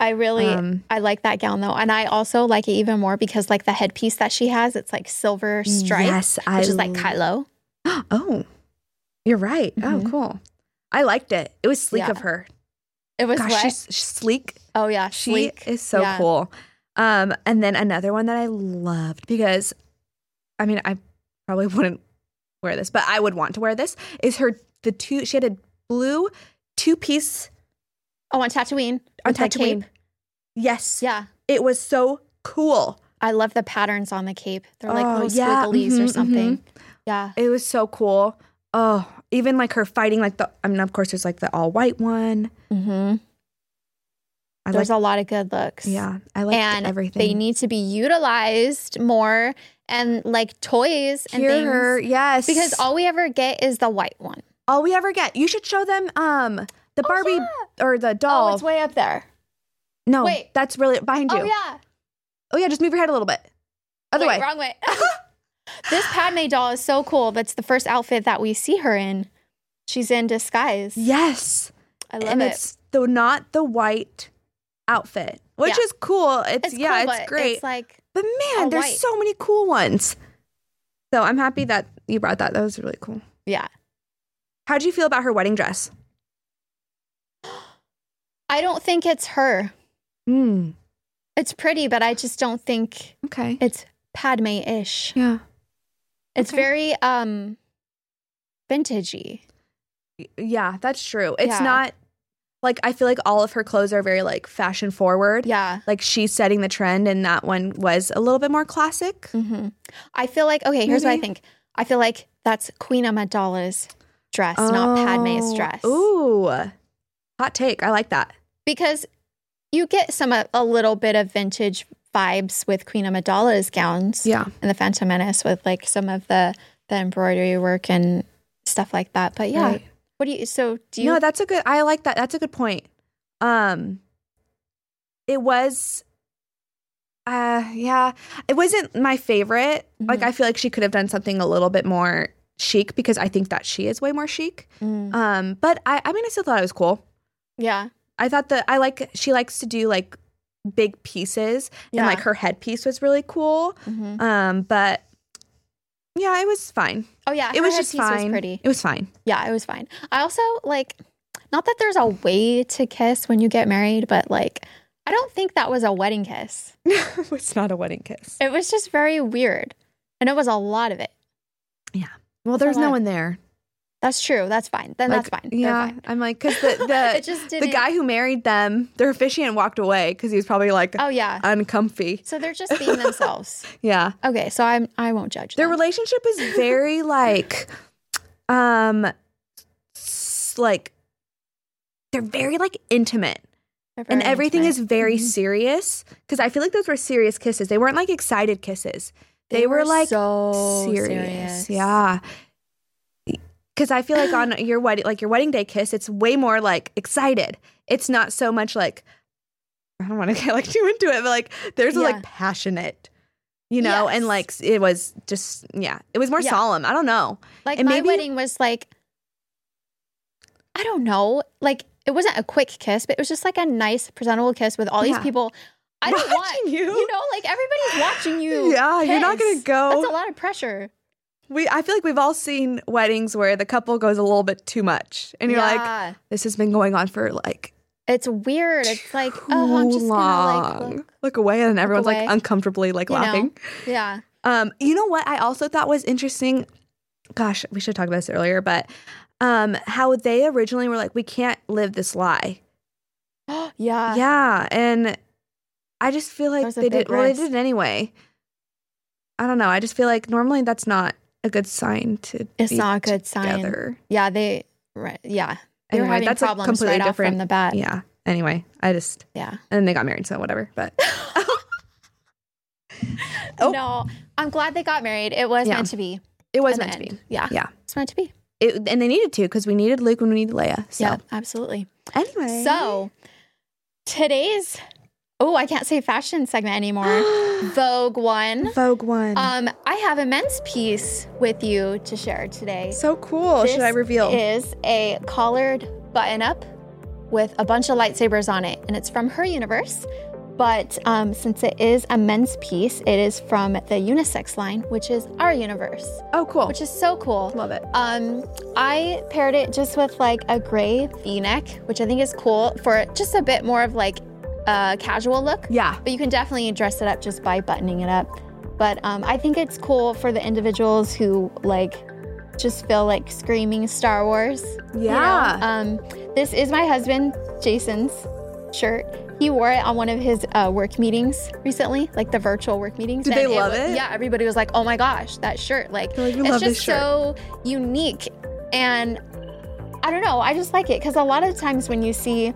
[SPEAKER 1] I really,
[SPEAKER 2] um,
[SPEAKER 1] I like that gown though, and I also like it even more because like the headpiece that she has, it's like silver stripes,
[SPEAKER 2] Yes, I
[SPEAKER 1] which is like
[SPEAKER 2] l-
[SPEAKER 1] Kylo.
[SPEAKER 2] [GASPS] Oh, you're right. Oh
[SPEAKER 1] Mhm.
[SPEAKER 2] cool. I liked it. It was sleek
[SPEAKER 1] Yeah.
[SPEAKER 2] of her.
[SPEAKER 1] It was
[SPEAKER 2] Gosh,
[SPEAKER 1] what?
[SPEAKER 2] she's she's sleek.
[SPEAKER 1] oh yeah,
[SPEAKER 2] She
[SPEAKER 1] sleek.
[SPEAKER 2] is so
[SPEAKER 1] Yeah.
[SPEAKER 2] cool. Um, and then another one that I loved because, I mean, I probably [LAUGHS] wouldn't wear this, but I would want to wear this. Is her the two? She had a blue two piece
[SPEAKER 1] Oh, on Tatooine.
[SPEAKER 2] on
[SPEAKER 1] with the
[SPEAKER 2] Tatooine.
[SPEAKER 1] cape.
[SPEAKER 2] Yes,
[SPEAKER 1] Yeah,
[SPEAKER 2] it was so cool.
[SPEAKER 1] I love the patterns on the cape. They're like
[SPEAKER 2] Oh,
[SPEAKER 1] little
[SPEAKER 2] yeah,
[SPEAKER 1] squigglies or
[SPEAKER 2] mhm,
[SPEAKER 1] something. Yeah.
[SPEAKER 2] It was so cool. Oh, even like her fighting, like the I mean, of course, there's like the all white one.
[SPEAKER 1] Mm-hmm.
[SPEAKER 2] I
[SPEAKER 1] There's
[SPEAKER 2] like,
[SPEAKER 1] a lot of good looks.
[SPEAKER 2] yeah, I like
[SPEAKER 1] and
[SPEAKER 2] everything.
[SPEAKER 1] they need to be utilized more and like toys and
[SPEAKER 2] Hear
[SPEAKER 1] things
[SPEAKER 2] her, yes,
[SPEAKER 1] because all we ever get is the white one.
[SPEAKER 2] all we ever get. You should show them um the Barbie or the doll.
[SPEAKER 1] Oh, it's way up there.
[SPEAKER 2] No,
[SPEAKER 1] Wait.
[SPEAKER 2] that's really behind you.
[SPEAKER 1] Oh yeah.
[SPEAKER 2] Oh, yeah, just move your head a little bit. Other
[SPEAKER 1] Wait,
[SPEAKER 2] way.
[SPEAKER 1] wrong way. [LAUGHS] this Padme doll is so cool. That's the first outfit that we see her in. She's in disguise.
[SPEAKER 2] Yes,
[SPEAKER 1] I love
[SPEAKER 2] and
[SPEAKER 1] it.
[SPEAKER 2] it's the not the white outfit, which
[SPEAKER 1] Yeah.
[SPEAKER 2] is cool. It's, yeah,
[SPEAKER 1] cool,
[SPEAKER 2] it's
[SPEAKER 1] but
[SPEAKER 2] great.
[SPEAKER 1] It's like
[SPEAKER 2] but man,
[SPEAKER 1] all
[SPEAKER 2] there's
[SPEAKER 1] white.
[SPEAKER 2] so many cool ones. So I'm happy that you brought that. That was really cool.
[SPEAKER 1] yeah.
[SPEAKER 2] How'd you feel about her wedding dress?
[SPEAKER 1] I don't think it's her.
[SPEAKER 2] Hmm.
[SPEAKER 1] It's pretty, but I just don't think
[SPEAKER 2] Okay.
[SPEAKER 1] it's Padme-ish.
[SPEAKER 2] Yeah.
[SPEAKER 1] It's
[SPEAKER 2] Okay.
[SPEAKER 1] very um vintagey.
[SPEAKER 2] Yeah, that's true. It's
[SPEAKER 1] Yeah.
[SPEAKER 2] not. like I feel like all of her clothes are very like fashion forward.
[SPEAKER 1] Yeah.
[SPEAKER 2] Like she's setting the trend and that one was a little bit more classic.
[SPEAKER 1] hmm I feel like okay. Here's what I
[SPEAKER 2] Maybe.
[SPEAKER 1] think. I feel like that's Queen Amidala's dress, not Padme's
[SPEAKER 2] Oh,
[SPEAKER 1] dress.
[SPEAKER 2] Ooh. Hot take. I like that.
[SPEAKER 1] because you get some a, a little bit of vintage vibes with Queen Amidala's gowns
[SPEAKER 2] Yeah.
[SPEAKER 1] and the Phantom Menace with like some of the the embroidery work and stuff like that. But yeah,
[SPEAKER 2] Right.
[SPEAKER 1] what do you? So do you?
[SPEAKER 2] no, that's a good I like that. That's a good point. Um it was uh yeah, it wasn't my favorite. Like
[SPEAKER 1] Mhm.
[SPEAKER 2] I feel like she could have done something a little bit more chic because I think that she is way more chic.
[SPEAKER 1] Mm,
[SPEAKER 2] Um but I I mean I still thought it was cool.
[SPEAKER 1] yeah,
[SPEAKER 2] I thought that I like she likes to do like big pieces
[SPEAKER 1] yeah,
[SPEAKER 2] and like her headpiece was really cool.
[SPEAKER 1] Mhm.
[SPEAKER 2] Um, but yeah, it was fine.
[SPEAKER 1] Oh yeah,
[SPEAKER 2] it
[SPEAKER 1] her
[SPEAKER 2] was just
[SPEAKER 1] headpiece
[SPEAKER 2] fine.
[SPEAKER 1] Was pretty.
[SPEAKER 2] It
[SPEAKER 1] [LAUGHS]
[SPEAKER 2] was fine.
[SPEAKER 1] Yeah, it was fine. I also like, not that there's a way to kiss when you get married, but like, I don't think that was a wedding kiss.
[SPEAKER 2] it's not a wedding kiss.
[SPEAKER 1] It was just very weird, and it was a lot of it.
[SPEAKER 2] Well,
[SPEAKER 1] It's a
[SPEAKER 2] there's no
[SPEAKER 1] lot.
[SPEAKER 2] one there.
[SPEAKER 1] That's true. That's fine. Then
[SPEAKER 2] Like,
[SPEAKER 1] that's fine. They're
[SPEAKER 2] Yeah,
[SPEAKER 1] fine.
[SPEAKER 2] I'm like because
[SPEAKER 1] [LAUGHS]
[SPEAKER 2] the
[SPEAKER 1] it
[SPEAKER 2] the,
[SPEAKER 1] just didn't.
[SPEAKER 2] the guy who married them, their officiant walked away because he was probably like
[SPEAKER 1] Oh yeah.
[SPEAKER 2] uncomfy.
[SPEAKER 1] So they're just being
[SPEAKER 2] [LAUGHS]
[SPEAKER 1] themselves.
[SPEAKER 2] Yeah,
[SPEAKER 1] Okay, so I'm I won't judge.
[SPEAKER 2] their
[SPEAKER 1] them.
[SPEAKER 2] relationship
[SPEAKER 1] [LAUGHS]
[SPEAKER 2] is very like, um, s- like they're very like intimate.
[SPEAKER 1] They're
[SPEAKER 2] and
[SPEAKER 1] very
[SPEAKER 2] everything
[SPEAKER 1] intimate.
[SPEAKER 2] is very
[SPEAKER 1] Mhm.
[SPEAKER 2] serious because I feel like those were serious kisses. They weren't like excited kisses. They, were, like
[SPEAKER 1] so
[SPEAKER 2] serious. Oh, Yeah. Cuz I feel like
[SPEAKER 1] [GASPS]
[SPEAKER 2] on your wedding like your wedding day kiss, it's way more like excited. It's not so much like I don't want to [LAUGHS] get like too into it, but like there's a
[SPEAKER 1] Yeah.
[SPEAKER 2] like passionate you know,
[SPEAKER 1] Yes.
[SPEAKER 2] and like it was just yeah, it was more
[SPEAKER 1] Yeah.
[SPEAKER 2] solemn. I don't know.
[SPEAKER 1] Like
[SPEAKER 2] And
[SPEAKER 1] my
[SPEAKER 2] maybe-
[SPEAKER 1] wedding was like I don't know. Like it wasn't a quick kiss, but it was just like a nice, presentable kiss with all these
[SPEAKER 2] Yeah.
[SPEAKER 1] people. I don't want
[SPEAKER 2] Watching you.
[SPEAKER 1] you know, like everybody's watching you.
[SPEAKER 2] [LAUGHS] yeah, you're not gonna
[SPEAKER 1] kiss.
[SPEAKER 2] go.
[SPEAKER 1] That's a lot of pressure.
[SPEAKER 2] We I feel like we've all seen weddings where the couple goes a little bit too much and you're like
[SPEAKER 1] Yeah.
[SPEAKER 2] this has been going on for like
[SPEAKER 1] it's weird. It's like,
[SPEAKER 2] too
[SPEAKER 1] oh, I'm just
[SPEAKER 2] long.
[SPEAKER 1] gonna like, look.
[SPEAKER 2] Look away and everyone's
[SPEAKER 1] away.
[SPEAKER 2] like uncomfortably like
[SPEAKER 1] You know.
[SPEAKER 2] laughing.
[SPEAKER 1] yeah, [GASPS]
[SPEAKER 2] Um you know what I also thought was interesting gosh, we should talk about this earlier but um how they originally were like we can't live this lie.
[SPEAKER 1] yeah,
[SPEAKER 2] yeah, and I just feel like
[SPEAKER 1] was Uh, a
[SPEAKER 2] they
[SPEAKER 1] big
[SPEAKER 2] did well they
[SPEAKER 1] risk.
[SPEAKER 2] did it anyway. I don't know. I just feel like normally that's not a good sign to
[SPEAKER 1] It's
[SPEAKER 2] be
[SPEAKER 1] not a good sign.
[SPEAKER 2] together.
[SPEAKER 1] Yeah, they, right, yeah, they were
[SPEAKER 2] Anyway,
[SPEAKER 1] having
[SPEAKER 2] that's a
[SPEAKER 1] problems
[SPEAKER 2] completely
[SPEAKER 1] right off
[SPEAKER 2] different-
[SPEAKER 1] from the bat.
[SPEAKER 2] Yeah. Anyway, I just
[SPEAKER 1] yeah.
[SPEAKER 2] [LAUGHS] and they got married, so whatever.
[SPEAKER 1] [LAUGHS]
[SPEAKER 2] But Oh.
[SPEAKER 1] No, I'm glad they got married. It was
[SPEAKER 2] Yeah.
[SPEAKER 1] meant to be.
[SPEAKER 2] it was
[SPEAKER 1] in the
[SPEAKER 2] meant to be.
[SPEAKER 1] end. Yeah.
[SPEAKER 2] Yeah.
[SPEAKER 1] It's meant to be.
[SPEAKER 2] It, and they needed to because we needed Luke and we needed Leia. So
[SPEAKER 1] Yeah, absolutely.
[SPEAKER 2] anyway,
[SPEAKER 1] So today's, oh, I can't say fashion segment
[SPEAKER 2] [GASPS]
[SPEAKER 1] anymore. Vogue one.
[SPEAKER 2] Vogue one.
[SPEAKER 1] Um, I have a men's piece with you to share today.
[SPEAKER 2] so cool. Should I
[SPEAKER 1] This
[SPEAKER 2] reveal?
[SPEAKER 1] Is a collared button up with a bunch of lightsabers on it, and it's from her universe. But um, since it is a men's piece, it is from the unisex line, which is our universe,
[SPEAKER 2] oh, cool.
[SPEAKER 1] which is so cool.
[SPEAKER 2] Love it.
[SPEAKER 1] Um, I paired it just with like a gray V-neck, which I think is cool for just a bit more of like a casual look.
[SPEAKER 2] Yeah.
[SPEAKER 1] But you can definitely dress it up just by buttoning it up. But um, I think it's cool for the individuals who like just feel like screaming Star Wars. you know?
[SPEAKER 2] Yeah.
[SPEAKER 1] Um, this is my husband Jason's shirt. He wore it on one of his uh, work meetings recently, like the virtual work meetings.
[SPEAKER 2] Did they
[SPEAKER 1] and
[SPEAKER 2] love
[SPEAKER 1] wa-
[SPEAKER 2] it?
[SPEAKER 1] Yeah, everybody was like, "Oh my gosh, that shirt!" Like,
[SPEAKER 2] They're like, "We
[SPEAKER 1] it's
[SPEAKER 2] love
[SPEAKER 1] just
[SPEAKER 2] this shirt."
[SPEAKER 1] so unique, and I don't know. I just like it because a lot of times when you see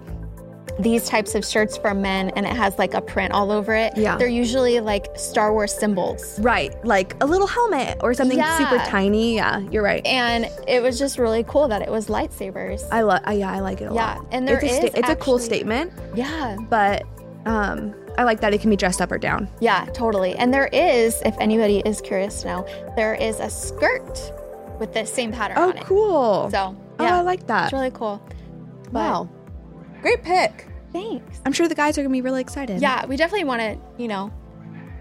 [SPEAKER 1] these types of shirts from men and it has like a print all over it,
[SPEAKER 2] Yeah.
[SPEAKER 1] they're usually like Star Wars symbols.
[SPEAKER 2] right. Like a little helmet or something
[SPEAKER 1] Yeah.
[SPEAKER 2] super tiny. Yeah, you're right.
[SPEAKER 1] And it was just really cool that it was lightsabers.
[SPEAKER 2] I love. Yeah, I like it a
[SPEAKER 1] yeah,
[SPEAKER 2] lot.
[SPEAKER 1] and there
[SPEAKER 2] it's a
[SPEAKER 1] is
[SPEAKER 2] sta- it's a cool
[SPEAKER 1] actually-
[SPEAKER 2] statement,
[SPEAKER 1] Yeah,
[SPEAKER 2] but um, I like that it can be dressed up or down.
[SPEAKER 1] yeah, totally. And there is, if anybody is curious to know, there is a skirt with the same pattern
[SPEAKER 2] Oh,
[SPEAKER 1] on it.
[SPEAKER 2] cool.
[SPEAKER 1] So
[SPEAKER 2] oh,
[SPEAKER 1] yeah,
[SPEAKER 2] I like that.
[SPEAKER 1] it's really cool. But
[SPEAKER 2] wow, great pick.
[SPEAKER 1] thanks.
[SPEAKER 2] I'm sure the guys are gonna be really excited.
[SPEAKER 1] Yeah, we definitely want to, you know,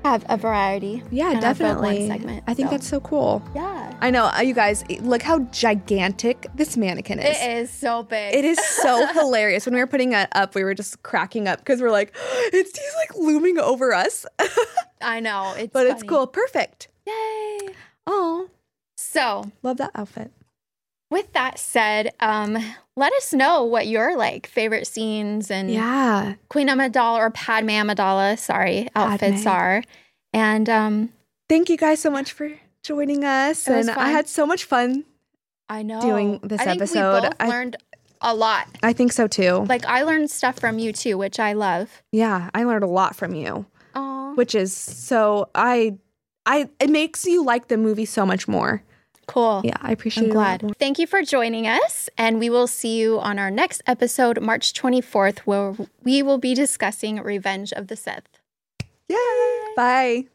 [SPEAKER 1] have a variety.
[SPEAKER 2] Yeah,
[SPEAKER 1] in our Vogue One
[SPEAKER 2] definitely.
[SPEAKER 1] segment,
[SPEAKER 2] I think
[SPEAKER 1] so.
[SPEAKER 2] that's so cool.
[SPEAKER 1] yeah.
[SPEAKER 2] I know, uh, you guys, look how gigantic this mannequin is.
[SPEAKER 1] It is so big.
[SPEAKER 2] It is
[SPEAKER 1] [LAUGHS]
[SPEAKER 2] so hilarious. When we were putting it up, we were just cracking up because we're like, [GASPS] it's he's like looming over us, [LAUGHS]
[SPEAKER 1] I know. It's
[SPEAKER 2] but it's
[SPEAKER 1] funny.
[SPEAKER 2] cool. Perfect.
[SPEAKER 1] Yay!
[SPEAKER 2] Oh,
[SPEAKER 1] So
[SPEAKER 2] love that outfit.
[SPEAKER 1] With that said, um, let us know what your like favorite scenes and
[SPEAKER 2] Yeah.
[SPEAKER 1] Queen Amidala or Padme Amidala, sorry, outfits
[SPEAKER 2] Padme.
[SPEAKER 1] are. And um,
[SPEAKER 2] Thank you guys so much for joining us.
[SPEAKER 1] It was
[SPEAKER 2] and I
[SPEAKER 1] fun.
[SPEAKER 2] had so much fun.
[SPEAKER 1] I know
[SPEAKER 2] Doing this
[SPEAKER 1] I think
[SPEAKER 2] episode,
[SPEAKER 1] we both
[SPEAKER 2] I-
[SPEAKER 1] learned a lot.
[SPEAKER 2] I think so too.
[SPEAKER 1] Like I learned stuff from you too, which I love.
[SPEAKER 2] yeah, I learned a lot from you,
[SPEAKER 1] Oh,
[SPEAKER 2] which is so I I it makes you like the movie so much more.
[SPEAKER 1] cool.
[SPEAKER 2] Yeah, I appreciate
[SPEAKER 1] I'm
[SPEAKER 2] it. a lot
[SPEAKER 1] glad.
[SPEAKER 2] more.
[SPEAKER 1] Thank you for joining us, and we will see you on our next episode, March 24th, where we will be discussing Revenge of the Sith.
[SPEAKER 2] Yeah. Bye.